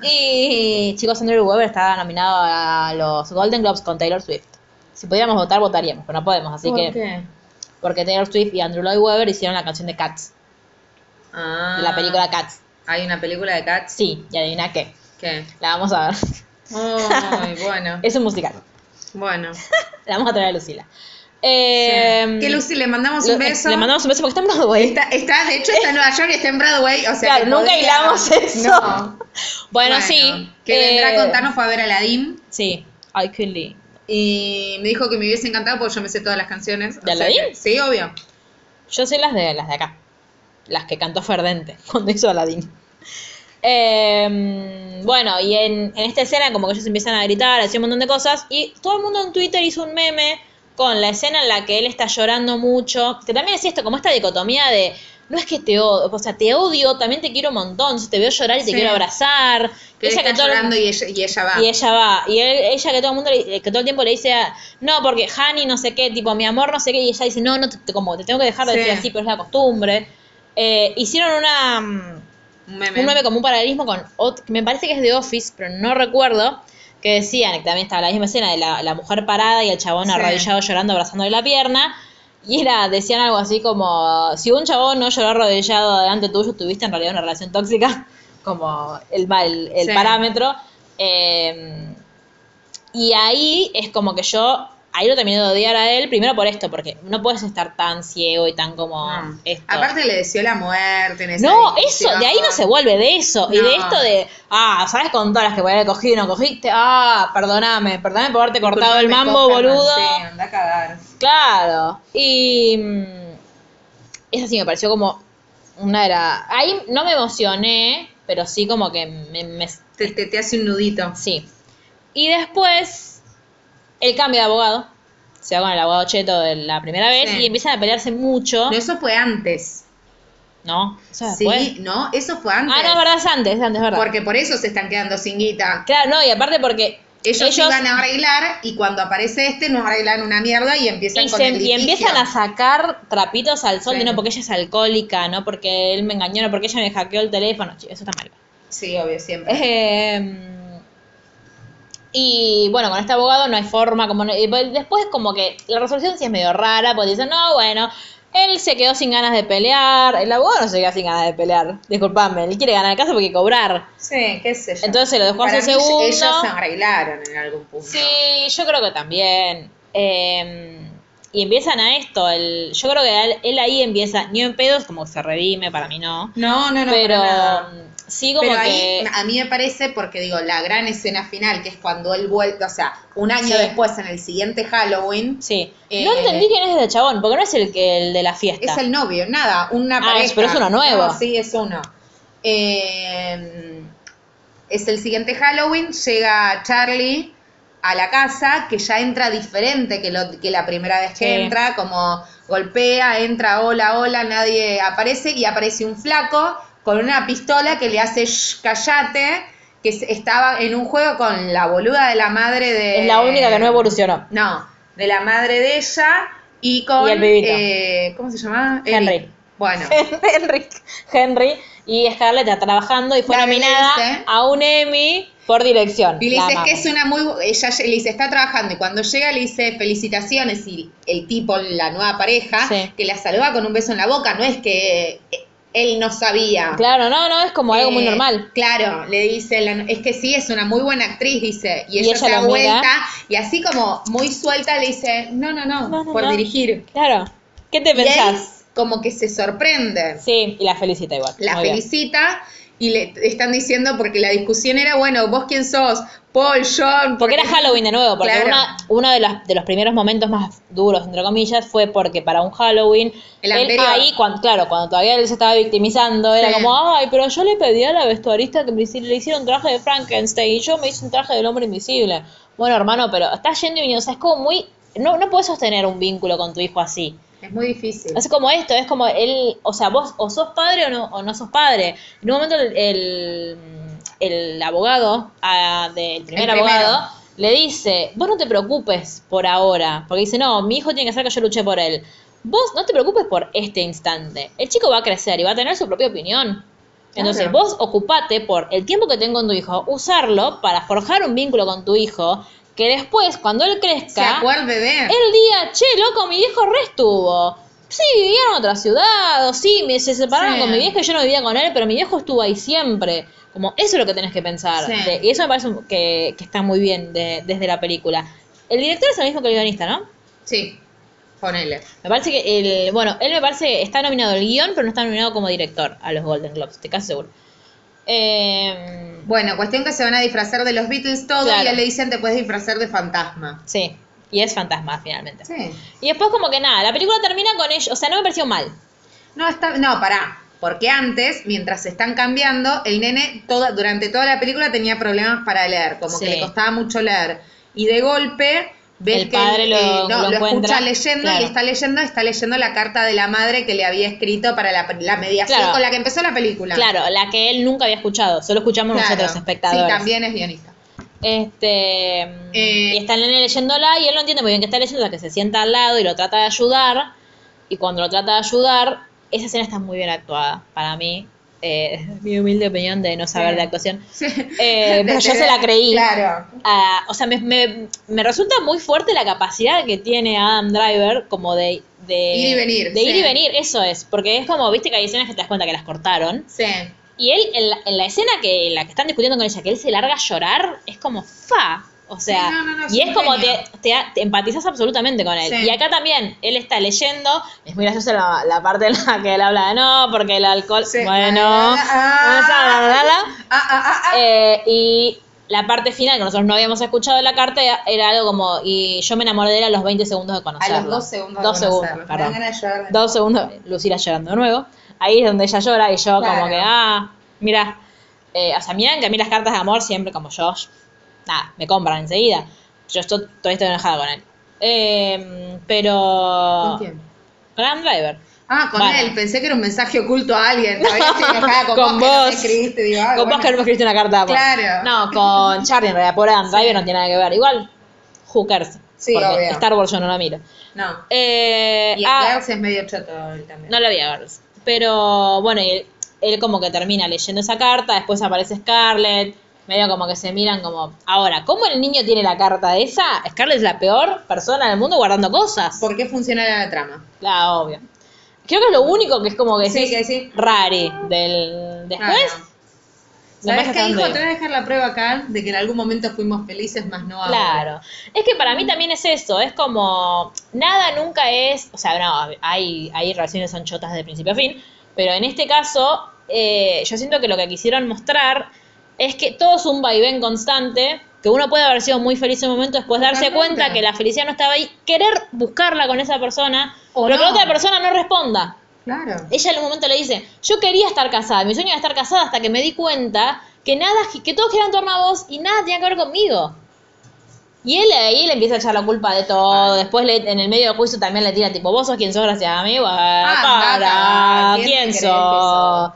Speaker 2: Y chicos, Andrew Lloyd Webber está nominado a los Golden Globes con Taylor Swift. Si pudiéramos votar, votaríamos, pero no podemos, así
Speaker 3: ¿Por
Speaker 2: que
Speaker 3: qué?
Speaker 2: porque Taylor Swift y Andrew Lloyd Webber hicieron la canción de Cats,
Speaker 3: Ah.
Speaker 2: de la película Cats.
Speaker 3: Hay una película de Cats.
Speaker 2: Sí, y adivina qué,
Speaker 3: ¿Qué?
Speaker 2: la vamos a ver. [laughs]
Speaker 3: Ay, bueno.
Speaker 2: Es un musical,
Speaker 3: Bueno.
Speaker 2: la vamos a traer a Lucila. Eh,
Speaker 3: que Lucy, le mandamos
Speaker 2: lo- eh,
Speaker 3: un beso.
Speaker 2: Le mandamos un beso porque está en Broadway.
Speaker 3: Está, está- de hecho, está en Nueva York y está en Broadway. O sea,
Speaker 2: Claro,
Speaker 3: que
Speaker 2: nunca
Speaker 3: podría-
Speaker 2: hilamos eso.
Speaker 3: No.
Speaker 2: Bueno, sí.
Speaker 3: Que
Speaker 2: eh,
Speaker 3: vendrá a contarnos, fue a ver a Aladdin.
Speaker 2: Sí, ay, qué lindo.
Speaker 3: Y me dijo que me hubiese encantado porque yo me sé todas las canciones. o
Speaker 2: ¿De
Speaker 3: sea
Speaker 2: Aladdin?
Speaker 3: que- Sí, obvio.
Speaker 2: Yo sé las de las de acá. Las que cantó Ferdente [laughs] cuando hizo Aladdin. Eh, bueno, y en, en esta escena como que ellos empiezan a gritar, a decir un montón de cosas, y todo el mundo en Twitter hizo un meme con la escena en la que él está llorando mucho, que también es esto, como esta dicotomía de, no es que te odio, o sea, te odio, también te quiero un montón, entonces te veo llorar y te
Speaker 3: Sí.
Speaker 2: quiero abrazar.
Speaker 3: Que
Speaker 2: Ella
Speaker 3: está
Speaker 2: todo el-
Speaker 3: llorando y, ella, y ella va.
Speaker 2: y ella va. Y él- ella que todo el mundo le- que todo el tiempo le dice, ah, no, porque Hani no sé qué, tipo, mi amor no sé qué. Y ella dice, no, no, te, te- como, te tengo que dejar de
Speaker 3: Sí.
Speaker 2: decir así, pero es la costumbre. Eh, hicieron una, mm,
Speaker 3: un meme.
Speaker 2: un meme como un paralelismo con, ot- que me parece que es de Office, pero no recuerdo, que decían, que también estaba la misma escena de la, la mujer parada y el chabón
Speaker 3: Sí.
Speaker 2: arrodillado llorando, abrazándole la pierna. Y era, decían algo así como, si un chabón no lloró arrodillado delante tuyo, tuviste en realidad una relación tóxica, [laughs] como el, mal- el,
Speaker 3: Sí.
Speaker 2: parámetro. Eh, y ahí es como que yo, ahí lo terminé de odiar a él, primero por esto, porque no puedes estar tan ciego y tan como...
Speaker 3: No.
Speaker 2: Esto.
Speaker 3: Aparte le deseó la muerte. en esa
Speaker 2: No, eso,
Speaker 3: discusión.
Speaker 2: de ahí no se vuelve, de eso. Y
Speaker 3: No.
Speaker 2: de esto de, ah, ¿sabes con todas las que voy a haber cogido y no cogiste? Ah, perdoname, perdoname por haberte cortado el
Speaker 3: Disculpame,
Speaker 2: mambo,
Speaker 3: Copperman,
Speaker 2: boludo.
Speaker 3: Sí, anda a cagar.
Speaker 2: Claro. Y mm, esa sí me pareció como una era. Ahí no me emocioné, pero sí como que me- me,
Speaker 3: Te, te, te hace un nudito.
Speaker 2: Sí. Y después, él cambia de abogado. Se va con el abogado cheto de la primera vez
Speaker 3: Sí.
Speaker 2: y empiezan a pelearse mucho.
Speaker 3: No, eso fue antes.
Speaker 2: No, eso es después.
Speaker 3: Sí, no, eso fue antes.
Speaker 2: pues. Ah, no, es verdad, es antes, es antes, es verdad.
Speaker 3: Porque por eso se están quedando sin guita.
Speaker 2: Claro, no, y aparte porque
Speaker 3: Ellos,
Speaker 2: ellos,
Speaker 3: iban a arreglar y cuando aparece este no arreglan una mierda y empiezan
Speaker 2: y,
Speaker 3: con
Speaker 2: se-
Speaker 3: el
Speaker 2: y
Speaker 3: litigio.
Speaker 2: empiezan a sacar trapitos al sol de
Speaker 3: Sí.
Speaker 2: no porque ella es alcohólica, no porque él me engañó, no porque ella me hackeó el teléfono. Ch- Eso está mal.
Speaker 3: Sí, obvio, siempre.
Speaker 2: Eh, Em, Y bueno, con este abogado no hay forma, como no- y pues después como que la resolución sí es medio rara, porque dicen, no, bueno, él se quedó sin ganas de pelear, el abogado no se queda sin ganas de pelear, disculpame, él quiere ganar el caso porque cobrar.
Speaker 3: Sí, qué sé yo.
Speaker 2: Entonces se lo dejó
Speaker 3: Para
Speaker 2: hacer
Speaker 3: mí
Speaker 2: segundo.
Speaker 3: Ellos se arreglaron en algún punto.
Speaker 2: Sí, yo creo que también. Eh, y empiezan a esto, el, yo creo que él, él ahí empieza, ni en pedos, como que se redime, para mí no.
Speaker 4: No, no, no.
Speaker 2: pero
Speaker 4: para nada.
Speaker 2: sí como
Speaker 3: Pero
Speaker 2: que...
Speaker 3: ahí a mí me parece, porque digo, la gran escena final, que es cuando él vuelve, o sea, un año
Speaker 2: Sí.
Speaker 3: después, en el siguiente Halloween,
Speaker 2: Sí.
Speaker 3: Eh,
Speaker 2: no entendí quién es el chabón, porque no es el que el de la fiesta.
Speaker 3: es el novio, nada, una
Speaker 2: Ah,
Speaker 3: pareja.
Speaker 2: es- pero es uno nuevo.
Speaker 3: No, sí, es uno. Eh, es el siguiente Halloween, llega Charlie a la casa, que ya entra diferente que, lo- que la primera vez que
Speaker 2: Sí.
Speaker 3: entra, como golpea, entra, hola, hola, nadie aparece, y aparece un flaco con una pistola que le hace shh, callate, que se- estaba en un juego con la boluda de la madre de...
Speaker 2: Es la única que no
Speaker 3: [laughs]
Speaker 2: evolucionó.
Speaker 3: No, de la madre de ella y con.
Speaker 2: Y el bebito.
Speaker 3: eh, ¿Cómo se llamaba?
Speaker 2: Henry.
Speaker 3: Eric. Bueno,
Speaker 2: [laughs] Henry, Henry y Scarlett está trabajando y fue
Speaker 3: Claro, le
Speaker 2: nominada
Speaker 3: dice.
Speaker 2: a un Emmy por dirección.
Speaker 3: y le
Speaker 2: La
Speaker 3: dice "Es
Speaker 2: amamos".
Speaker 3: que es una muy. bu- Ella le dice, está trabajando. Y cuando llega le dice, felicitaciones. Y el tipo, la nueva pareja,
Speaker 2: Sí.
Speaker 3: que la saluda con un beso en la boca. No es que eh, él no sabía.
Speaker 2: Claro, no, no, es como algo muy
Speaker 3: Eh,
Speaker 2: normal.
Speaker 3: Claro, le dice, la- es que sí, es una muy buena actriz, dice. Y,
Speaker 2: Y
Speaker 3: ella,
Speaker 2: ella
Speaker 3: se da
Speaker 2: lo mira.
Speaker 3: vuelta y así como muy suelta le dice, no, no, no,
Speaker 2: No, no,
Speaker 3: por
Speaker 2: no.
Speaker 3: dirigir.
Speaker 2: Claro. ¿Qué te
Speaker 3: Y él
Speaker 2: pensás?
Speaker 3: como que se sorprende.
Speaker 2: Sí, y la felicita igual.
Speaker 3: la
Speaker 2: Muy bien.
Speaker 3: felicita y le están diciendo porque la discusión era, bueno, vos quién sos, Paul, John,
Speaker 2: Porque era Halloween de nuevo, porque
Speaker 3: Claro.
Speaker 2: una, uno de los, de los primeros momentos más duros, entre comillas, fue porque para un Halloween,
Speaker 3: El
Speaker 2: él
Speaker 3: anterior.
Speaker 2: ahí, cuando, claro, cuando todavía él se estaba victimizando, era
Speaker 3: Sí.
Speaker 2: como, ay, pero yo le pedí a la vestuarista que me hici- le hiciera un traje de Frankenstein y yo me hice un traje del hombre invisible. Bueno, hermano, pero está yendo y viniendo, o sea, es como muy... No, no puedes sostener un vínculo con tu hijo así.
Speaker 3: Es muy difícil.
Speaker 2: Es como esto, es como él, o sea, vos o sos padre o no, o no sos padre. En un momento el, el, el abogado, ah, del primer
Speaker 3: El primero.
Speaker 2: abogado, le dice, vos no te preocupes por ahora, porque dice, no, mi hijo tiene que hacer que yo luche por él. Vos no te preocupes por este instante. El chico va a crecer y va a tener su propia opinión. Entonces
Speaker 3: Claro.
Speaker 2: vos ocupate por el tiempo que tengo con tu hijo, usarlo para forjar un vínculo con tu hijo, que después, cuando él crezca,
Speaker 3: ¿Se acuerde de?
Speaker 2: el día, che, loco, mi viejo re estuvo. Sí, vivía en otra ciudad, o sí, me, se separaron
Speaker 3: Sí.
Speaker 2: con mi vieja y yo no vivía con él, pero mi viejo estuvo ahí siempre. Como, eso es lo que tenés que pensar.
Speaker 3: Sí.
Speaker 2: De- y eso me parece un- que, que está muy bien de- desde la película. El director es el mismo que el guionista, ¿no?
Speaker 3: Sí, ponele.
Speaker 2: Me parece que el. Bueno, él me parece que está nominado el guión, pero no está nominado como director a los Golden Globes, te casi seguro. Eh,
Speaker 3: Bueno, cuestión que se van a disfrazar de los Beatles todo
Speaker 2: Claro.
Speaker 3: y a él le dicen te puedes disfrazar de fantasma.
Speaker 2: sí, y es fantasma finalmente.
Speaker 3: Sí.
Speaker 2: Y después, como que nada, la película termina con ellos. O sea, no me pareció mal.
Speaker 3: No, está, no, pará. Porque antes, mientras se están cambiando, el nene toda, durante toda la película tenía problemas para leer, como
Speaker 2: Sí.
Speaker 3: que le costaba mucho leer. Y de golpe ves
Speaker 2: El
Speaker 3: que eh,
Speaker 2: padre lo-
Speaker 3: no,
Speaker 2: lo encuentra,
Speaker 3: escucha leyendo
Speaker 2: claro.
Speaker 3: y está leyendo, está leyendo la carta de la madre que le había escrito para la, la mediación
Speaker 2: Claro.
Speaker 3: con la que empezó la película.
Speaker 2: Claro, la que él nunca había escuchado, solo escuchamos
Speaker 3: Claro.
Speaker 2: nosotros espectadores.
Speaker 3: Sí, también es guionista.
Speaker 2: Este,
Speaker 3: Eh.
Speaker 2: y está el nene leyéndola y él no entiende muy bien qué está leyendo, hasta que se sienta al lado y lo trata de ayudar. Y cuando lo trata de ayudar, esa escena está muy bien actuada, para mí. Eh, [laughs] es mi humilde opinión de no saber
Speaker 3: Sí.
Speaker 2: de actuación.
Speaker 3: Sí.
Speaker 2: Eh, pero
Speaker 3: [laughs]
Speaker 2: yo se la creí.
Speaker 3: Claro.
Speaker 2: Ah, o sea, me, me- me resulta muy fuerte la capacidad que tiene Adam Driver como de... de
Speaker 3: Ir y venir,
Speaker 2: De ir
Speaker 3: sí.
Speaker 2: y venir, eso es. Porque es como, viste que hay escenas que te das cuenta que las cortaron.
Speaker 3: Sí.
Speaker 2: Y él, en la, en la escena que, en la que están discutiendo con ella, que él se larga a llorar, es como fa. O sea,
Speaker 3: Sí, no, no, no, es
Speaker 2: y
Speaker 3: un
Speaker 2: es como te,
Speaker 3: genio.
Speaker 2: te, te empatizas absolutamente con él.
Speaker 3: Sí.
Speaker 2: Y acá también, él está leyendo, es muy graciosa la, la parte en la que él habla de no, porque el alcohol,
Speaker 3: Sí.
Speaker 2: bueno,
Speaker 3: Ah.
Speaker 2: bla, bla, bla, bla.
Speaker 3: Ah, ah, ah, ah.
Speaker 2: Eh, y la parte final, que nosotros no habíamos escuchado de la carta, era- era algo como, y yo me enamoré de él a los 20 segundos de
Speaker 3: a
Speaker 2: conocerlo.
Speaker 3: los dos segundos.
Speaker 2: Dos
Speaker 3: de
Speaker 2: segundos,
Speaker 3: conocerlo. Me
Speaker 2: perdón.
Speaker 3: dan ganas de llorar de
Speaker 2: Dos segundos, Lucila llorando de nuevo. Ahí es donde ella llora y yo
Speaker 3: Claro.
Speaker 2: como que, ah, mira. Eh, o sea, miran que a mí las cartas de amor siempre como yo, nada, me compran enseguida. Yo estoy, todavía estoy enojada con él. Eh, pero...
Speaker 3: ¿Con quién?
Speaker 2: Con Adam Driver.
Speaker 3: Ah, con
Speaker 2: Bueno.
Speaker 3: él, pensé que era un mensaje oculto a alguien. Todavía
Speaker 2: [laughs]
Speaker 3: estoy enojada con,
Speaker 2: Con
Speaker 3: vos. que no me
Speaker 2: vos.
Speaker 3: escribiste, digo, ay,
Speaker 2: con
Speaker 3: Ah, bueno.
Speaker 2: vos que no me escribiste una carta de amor.
Speaker 3: Claro.
Speaker 2: No, con Charlie en realidad, por Adam Driver no tiene nada que ver. Igual, who cares?
Speaker 3: Sí,
Speaker 2: porque
Speaker 3: obvio.
Speaker 2: Star Wars yo no la miro.
Speaker 3: No.
Speaker 2: Eh,
Speaker 3: Y el
Speaker 2: ah,
Speaker 3: Girls es medio choto él también.
Speaker 2: No la vi a Girls. Pero bueno, y él, él como que termina leyendo esa carta, después aparece Scarlett, medio como que se miran como... Ahora, ¿cómo el niño tiene la carta esa? Scarlett es la peor persona del mundo guardando cosas.
Speaker 3: ¿Por qué funciona la trama?
Speaker 2: La obvio. Creo que es lo único que es como que
Speaker 3: Sí,
Speaker 2: decís
Speaker 3: que sí.
Speaker 2: rari del después.
Speaker 3: Ah, no.
Speaker 2: me
Speaker 3: ¿Sabes
Speaker 2: pasa
Speaker 3: qué, hijo?
Speaker 2: tanto.
Speaker 3: Te voy a dejar la prueba acá de que en algún momento fuimos felices, más no ahora.
Speaker 2: Claro. Es que para mí también es eso, es como nada nunca es, o sea, no, hay, hay relaciones que son chotas de principio a fin, pero en este caso eh, yo siento que lo que quisieron mostrar es que todo es un vaivén constante, que uno puede haber sido muy feliz en un momento, después darse
Speaker 3: Totalmente.
Speaker 2: cuenta que la felicidad no estaba ahí, querer buscarla con esa persona,
Speaker 3: O
Speaker 2: pero que la
Speaker 3: no.
Speaker 2: otra persona no responda.
Speaker 3: Claro.
Speaker 2: Ella en un momento le dice, yo quería estar casada, mi sueño era estar casada hasta que me di cuenta que nada, que todo giraba en torno a vos y nada tenía que ver conmigo. Y él ahí le empieza a echar la culpa de todo,
Speaker 3: Ah.
Speaker 2: después le- en el medio del juicio también le tira tipo, vos sos quien sos gracias a mí,
Speaker 3: Anda a
Speaker 2: para,
Speaker 3: cagar, Ah, ¿quién
Speaker 2: ¿quién
Speaker 3: te crees que
Speaker 2: sos?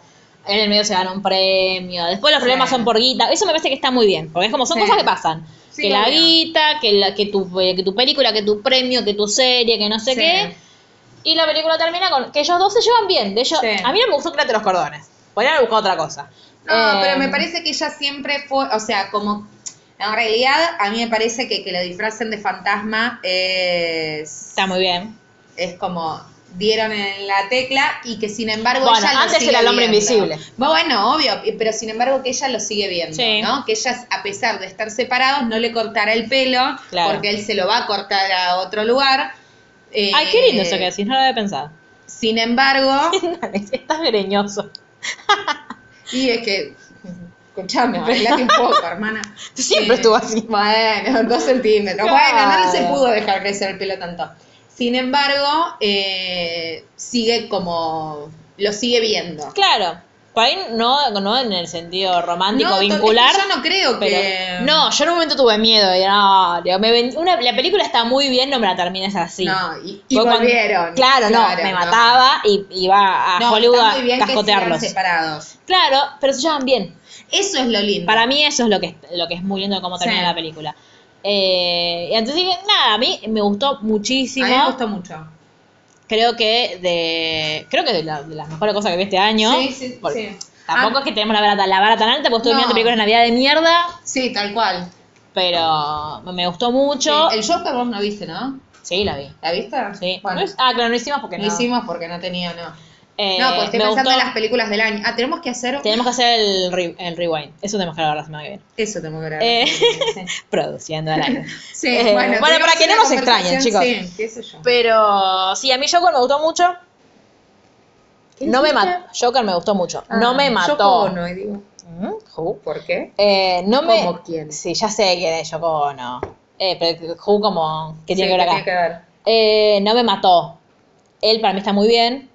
Speaker 2: En el medio se gana un premio, después los problemas
Speaker 3: Sí.
Speaker 2: son por guita, eso me parece que está muy bien, porque es como son
Speaker 3: Sí.
Speaker 2: cosas que pasan.
Speaker 3: Sí,
Speaker 2: que la
Speaker 3: obvio.
Speaker 2: guita, que, la, que, tu, que tu película, que tu premio, que tu serie, que no sé
Speaker 3: Sí.
Speaker 2: qué. Y la película termina con que ellos dos se llevan bien. De ellos,
Speaker 3: Sí.
Speaker 2: A mí no me gustó que de los cordones. Podrían haber buscado otra cosa.
Speaker 3: No,
Speaker 2: Eh,
Speaker 3: pero me parece que ella siempre fue, o sea, como. En realidad, a mí me parece que que lo disfracen de fantasma es.
Speaker 2: Está muy bien.
Speaker 3: Es como. Dieron en la tecla y que sin embargo.
Speaker 2: Bueno,
Speaker 3: ella lo
Speaker 2: antes
Speaker 3: sigue
Speaker 2: era el hombre
Speaker 3: viendo.
Speaker 2: invisible.
Speaker 3: Bueno, obvio, y- pero sin embargo que ella lo sigue viendo,
Speaker 2: Sí.
Speaker 3: ¿no? Que ella, a pesar de estar separados, no le cortará el pelo,
Speaker 2: Claro.
Speaker 3: porque él se lo va a cortar a otro lugar. Eh,
Speaker 2: Ay, qué lindo eso que decís, no lo había
Speaker 3: [laughs]
Speaker 2: pensado. [laughs]
Speaker 3: Sin embargo,
Speaker 2: Estás greñoso.
Speaker 3: Y es que, escuchame, bailate un poco, hermana.
Speaker 2: [laughs] Siempre
Speaker 3: Eh,
Speaker 2: estuvo así.
Speaker 3: Bueno, dos centímetros.
Speaker 2: Claro.
Speaker 3: Bueno, no se pudo dejar crecer el pelo tanto. Sin embargo, eh, sigue como, lo sigue viendo.
Speaker 2: Claro. Por ahí no, no en el sentido romántico,
Speaker 3: No, to-
Speaker 2: vincular.
Speaker 3: es que yo no creo
Speaker 2: pero-
Speaker 3: que...
Speaker 2: No, yo en un momento tuve miedo. Y, no, digo, me ven- una- la película está muy bien, no me la termines así.
Speaker 3: No, y, y
Speaker 2: Fue cuando-
Speaker 3: volvieron.
Speaker 2: Claro, no, me mataba y iba a
Speaker 3: No,
Speaker 2: Hollywood
Speaker 3: está
Speaker 2: a
Speaker 3: muy bien que sigan
Speaker 2: cascotearlos.
Speaker 3: separados.
Speaker 2: Claro, pero se llevan bien.
Speaker 3: Eso es lo lindo.
Speaker 2: Para mí eso es lo que, lo que es muy lindo de cómo termina
Speaker 3: Sí.
Speaker 2: la película. Eh, y entonces dije, nada, a mí me gustó muchísimo.
Speaker 3: A mí me gustó mucho.
Speaker 2: Creo que de creo que de, la- de las mejores cosas que vi este año.
Speaker 3: Sí, sí,
Speaker 2: Porque
Speaker 3: sí.
Speaker 2: Tampoco
Speaker 3: Ah.
Speaker 2: es que tenemos la vara, la vara tan alta, porque estuve
Speaker 3: No.
Speaker 2: mirando películas de Navidad de mierda,
Speaker 3: Sí, tal cual.
Speaker 2: pero me gustó mucho.
Speaker 3: Sí, El Joker vos no viste, ¿no?
Speaker 2: Sí, la vi.
Speaker 3: ¿La viste?
Speaker 2: Sí.
Speaker 3: Bueno,
Speaker 2: No es- ah, claro, no hicimos porque
Speaker 3: no
Speaker 2: no.
Speaker 3: hicimos porque no tenía, no.
Speaker 2: Eh,
Speaker 3: No, pues estoy
Speaker 2: me
Speaker 3: pensando
Speaker 2: gustó.
Speaker 3: en las películas del año. Ah, tenemos que hacer.
Speaker 2: Tenemos que hacer el, re- el rewind. Eso tenemos que hablar la semana que viene.
Speaker 3: Eso tenemos que grabar.
Speaker 2: Eh,
Speaker 3: Sí.
Speaker 2: [laughs] produciendo al
Speaker 3: [laughs]
Speaker 2: aire.
Speaker 3: Sí,
Speaker 2: Eh, bueno,
Speaker 3: tenemos
Speaker 2: para que
Speaker 3: hacer
Speaker 2: no
Speaker 3: una
Speaker 2: nos extrañen,
Speaker 3: conversación,
Speaker 2: chicos.
Speaker 3: Sí, qué sé yo.
Speaker 2: Pero sí, a mí Joker me gustó mucho. No me mató. Joker me gustó mucho.
Speaker 3: Ah,
Speaker 2: no me mató.
Speaker 3: Yoko Ono, y digo,
Speaker 2: Mm, who?
Speaker 3: ¿por qué?
Speaker 2: Eh, no me.
Speaker 3: ¿Cómo quién?
Speaker 2: Sí, ya sé quién es Yoko Ono. Eh, pero Who como. ¿Qué tiene
Speaker 3: Sí,
Speaker 2: que ver acá?
Speaker 3: que ver.
Speaker 2: Eh, no me mató. Él para mí está muy bien,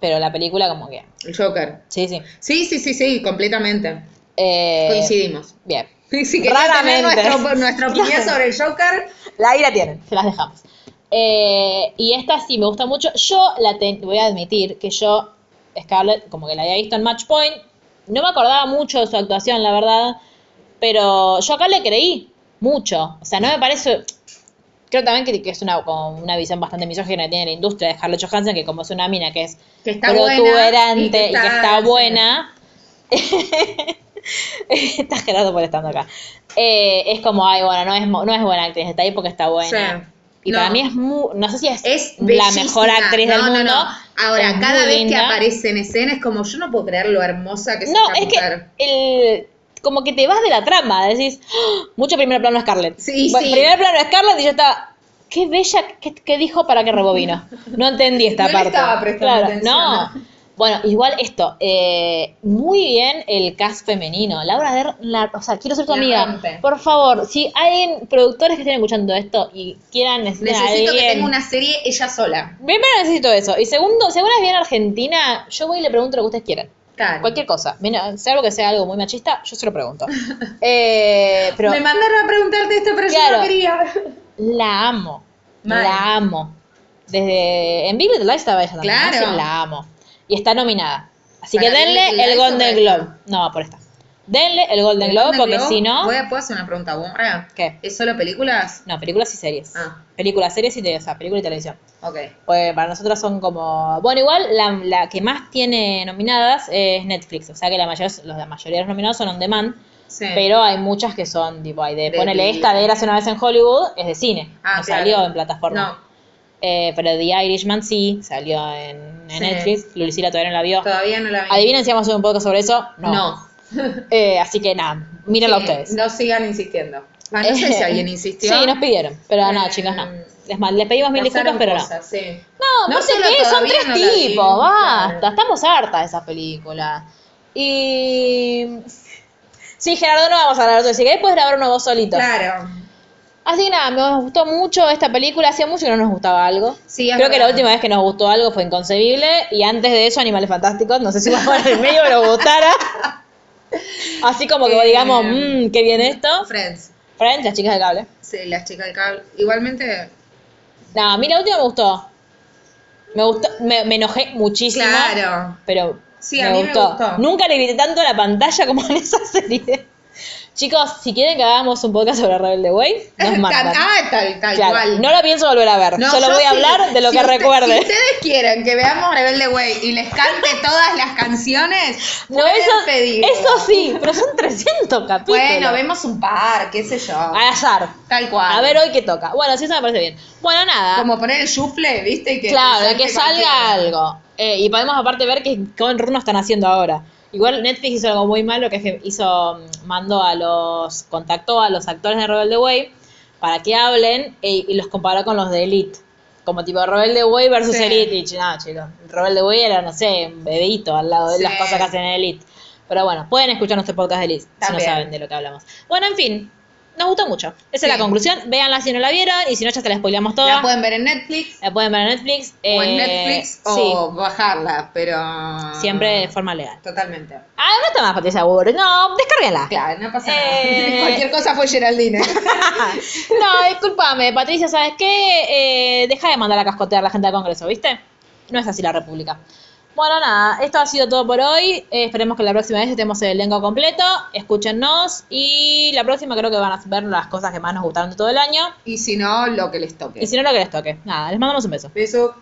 Speaker 2: pero la película como que.
Speaker 3: El Joker.
Speaker 2: Sí, sí.
Speaker 3: Sí, sí, sí, sí, completamente.
Speaker 2: Eh,
Speaker 3: Coincidimos. [laughs]
Speaker 2: Bien.
Speaker 3: Sí, sí, quería tener
Speaker 2: raramente.
Speaker 3: nuestro- nuestra opinión sobre el Joker.
Speaker 2: La ahí la tienen, se las dejamos. Eh, y esta sí me gusta mucho. Yo la te- voy a admitir que yo, Scarlett, como que la había visto en Match Point, no me acordaba mucho de su actuación, la verdad, pero yo acá le creí mucho. O sea, no me parece. Creo también que, que es una, como una visión bastante misógina que tiene la industria de Scarlett Johansson, que como es una mina que es
Speaker 3: Que está buena.
Speaker 2: protuberante y que está,
Speaker 3: sí.
Speaker 2: buena. [laughs] está Gerardo por estando acá. Eh, es como, ay, bueno, no es, mo- no es buena actriz, está ahí porque está buena.
Speaker 3: Sí.
Speaker 2: Y
Speaker 3: No.
Speaker 2: para mí es muy, no sé si es,
Speaker 3: Es
Speaker 2: la mejor
Speaker 3: bellísima.
Speaker 2: actriz del
Speaker 3: No, no,
Speaker 2: mundo.
Speaker 3: no. Ahora,
Speaker 2: es
Speaker 3: cada
Speaker 2: muy
Speaker 3: vez que
Speaker 2: linda.
Speaker 3: aparece en escena es como, yo no puedo creer lo hermosa que es
Speaker 2: No,
Speaker 3: esta
Speaker 2: es
Speaker 3: mujer.
Speaker 2: que el, como que te vas de la trama, decís, ¡Ah! mucho primer plano Scarlett.
Speaker 3: Sí,
Speaker 2: Bueno,
Speaker 3: sí.
Speaker 2: Primer plano Scarlett y yo estaba, qué bella, qué, qué dijo para que rebobino. No entendí esta
Speaker 3: [laughs] No le
Speaker 2: parte.
Speaker 3: estaba prestando atención,
Speaker 2: No. Bueno, igual esto, eh, muy bien el cast femenino. Laura Der, la- o sea, quiero ser tu
Speaker 3: La
Speaker 2: amiga.
Speaker 3: rompe.
Speaker 2: Por favor, si hay productores que estén escuchando esto y quieran necesitar a
Speaker 3: Necesito que
Speaker 2: alguien-
Speaker 3: tenga una serie ella sola.
Speaker 2: Primero necesito eso. Y segundo, si alguna vez viene a Argentina, yo voy y le pregunto lo que ustedes quieran.
Speaker 3: Claro.
Speaker 2: Cualquier cosa, menos- sea algo que sea algo muy machista, yo se lo
Speaker 3: [laughs]
Speaker 2: pregunto. Eh, pero
Speaker 3: Me mandaron a preguntarte esto, pero yo
Speaker 2: Claro.
Speaker 3: no quería.
Speaker 2: la amo,
Speaker 3: Mal.
Speaker 2: la amo. Desde en Big Little Lies estaba ella también,
Speaker 3: Claro.
Speaker 2: así la amo. Y está nominada. Así
Speaker 3: Para
Speaker 2: que
Speaker 3: Big Little
Speaker 2: denle el
Speaker 3: Lies o
Speaker 2: Golden
Speaker 3: para
Speaker 2: Globe. No, por esta. Denle el Golden Globe porque si no,
Speaker 3: Voy a, ¿Puedo hacer una pregunta burra?
Speaker 2: ¿Qué?
Speaker 3: ¿Es solo películas?
Speaker 2: no, películas y series.
Speaker 3: Ah.
Speaker 2: Películas, series y tele- o sea, película y televisión.
Speaker 3: Ok.
Speaker 2: Pues para nosotras son como. Bueno, igual la, la que más tiene nominadas es Netflix, o sea que la mayor, los, la mayoría de los nominados son on demand.
Speaker 3: Sí.
Speaker 2: Pero hay muchas que son, tipo, hay de,
Speaker 3: De
Speaker 2: ponele
Speaker 3: vida.
Speaker 2: esta de Érase una vez en Hollywood, es de cine.
Speaker 3: Ah,
Speaker 2: no
Speaker 3: claro.
Speaker 2: salió en plataforma.
Speaker 3: No,
Speaker 2: Eh, pero The Irishman sí, salió en, en
Speaker 3: Sí.
Speaker 2: Netflix. Lucila todavía no la vio.
Speaker 3: todavía no la vi.
Speaker 2: Adivinen si vamos a hacer un podcast sobre eso. No.
Speaker 3: no.
Speaker 2: Eh, así que nada, mírenlo
Speaker 3: Sí,
Speaker 2: ustedes. Eh,
Speaker 3: No sigan insistiendo. Ah, no
Speaker 2: [laughs]
Speaker 3: sé si alguien insistió.
Speaker 2: Sí, nos pidieron. Pero no,
Speaker 3: Eh,
Speaker 2: chicos, no. Es más, les pedimos mil
Speaker 3: Pasaron
Speaker 2: disculpas, pero no.
Speaker 3: cosas, sí.
Speaker 2: No,
Speaker 3: No
Speaker 2: no sé
Speaker 3: solo
Speaker 2: qué, son
Speaker 3: todavía
Speaker 2: tres
Speaker 3: no la vi,
Speaker 2: tipos, basta.
Speaker 3: claro.
Speaker 2: Estamos hartas de esas películas. Y. Sí, Gerardo, no vamos a hablar de eso. Así que ahí puedes grabar uno vos solito.
Speaker 3: Claro.
Speaker 2: Así que nada, nos gustó mucho esta película. Hacía mucho que no nos gustaba algo.
Speaker 3: Sí, es
Speaker 2: Creo que la
Speaker 3: verdad.
Speaker 2: última vez que nos gustó algo fue Inconcebible. Y antes de eso, Animales Fantásticos. No sé si vamos en el medio nos gustara. Así como que
Speaker 3: Eh,
Speaker 2: digamos, mmm, qué bien esto.
Speaker 3: Friends.
Speaker 2: Friends, las chicas del cable.
Speaker 3: Sí, las chicas del cable. Igualmente,
Speaker 2: No, a mí la última me gustó. Me gustó, me, me enojé muchísimo.
Speaker 3: claro. [laughs]
Speaker 2: Pero
Speaker 3: Sí, a mí me gustó.
Speaker 2: Nunca le grité tanto a la pantalla como en esa serie. Chicos, si quieren que hagamos un podcast sobre Rebelde Way,
Speaker 3: [laughs]
Speaker 2: nos mandan.
Speaker 3: Tal- ah, tal, tal
Speaker 2: Claro,
Speaker 3: cual.
Speaker 2: no la pienso volver a ver.
Speaker 3: No,
Speaker 2: Solo
Speaker 3: yo
Speaker 2: voy a
Speaker 3: sí.
Speaker 2: hablar de lo
Speaker 3: Si
Speaker 2: que
Speaker 3: usted-
Speaker 2: recuerde. [laughs]
Speaker 3: Si ustedes quieren que veamos Rebelde Way y les cante todas las canciones,
Speaker 2: no,
Speaker 3: pueden
Speaker 2: eso,
Speaker 3: pedir.
Speaker 2: eso sí, pero son 300 capítulos.
Speaker 3: Bueno, vemos un par, qué sé yo.
Speaker 2: Al azar.
Speaker 3: Tal cual.
Speaker 2: A ver hoy qué toca. Bueno, sí, eso me parece bien. Bueno, nada.
Speaker 3: Como poner el chufle, ¿viste? Y que
Speaker 2: ah. claro, de que
Speaker 3: salte
Speaker 2: salga
Speaker 3: cualquiera.
Speaker 2: algo. Eh, y podemos aparte ver qué con runo están haciendo ahora. Igual Netflix hizo algo muy malo que es que hizo, mm, mandó a los, contactó a los actores de Rebelde Way para que hablen e- y los comparó con los de Elite. Como tipo Rebelde Way versus
Speaker 3: Sí.
Speaker 2: Elite. Y ch- no, chicos, Rebelde Way era, no sé, un bebito al lado de
Speaker 3: Sí.
Speaker 2: las cosas que hacen en Elite. Pero bueno, pueden escuchar nuestro podcast de Elite si
Speaker 3: También.
Speaker 2: no saben de lo que hablamos. Bueno, en fin, nos gustó mucho. Esa es
Speaker 3: Sí.
Speaker 2: la conclusión. Véanla si no la vieron y si no ya se la spoileamos toda.
Speaker 3: La pueden ver en Netflix,
Speaker 2: La pueden ver en Eh, Netflix.
Speaker 3: o en
Speaker 2: eh,
Speaker 3: Netflix,
Speaker 2: sí,
Speaker 3: o Ah. bajarla, pero... mm,
Speaker 2: siempre de forma legal.
Speaker 3: Totalmente.
Speaker 2: Ah, no está más Patricia Burr. No, descárguenla.
Speaker 3: Claro, no pasa
Speaker 2: Eh.
Speaker 3: nada. [laughs] Cualquier cosa fue
Speaker 2: [laughs]
Speaker 3: Geraldine.
Speaker 2: no, discúlpame, Patricia, ¿sabes qué? Eh, deja de mandar a cascotear a la gente del Congreso, ¿viste? No es así la República. Bueno, nada, esto ha sido todo por hoy. Eh, esperemos que la próxima vez estemos el elenco completo. Escúchennos y la próxima creo que van a ver las cosas que más nos gustaron de todo el año.
Speaker 3: y si no, lo que les toque.
Speaker 2: Y si no, lo que les toque. Nada, les mandamos un beso.
Speaker 3: Beso.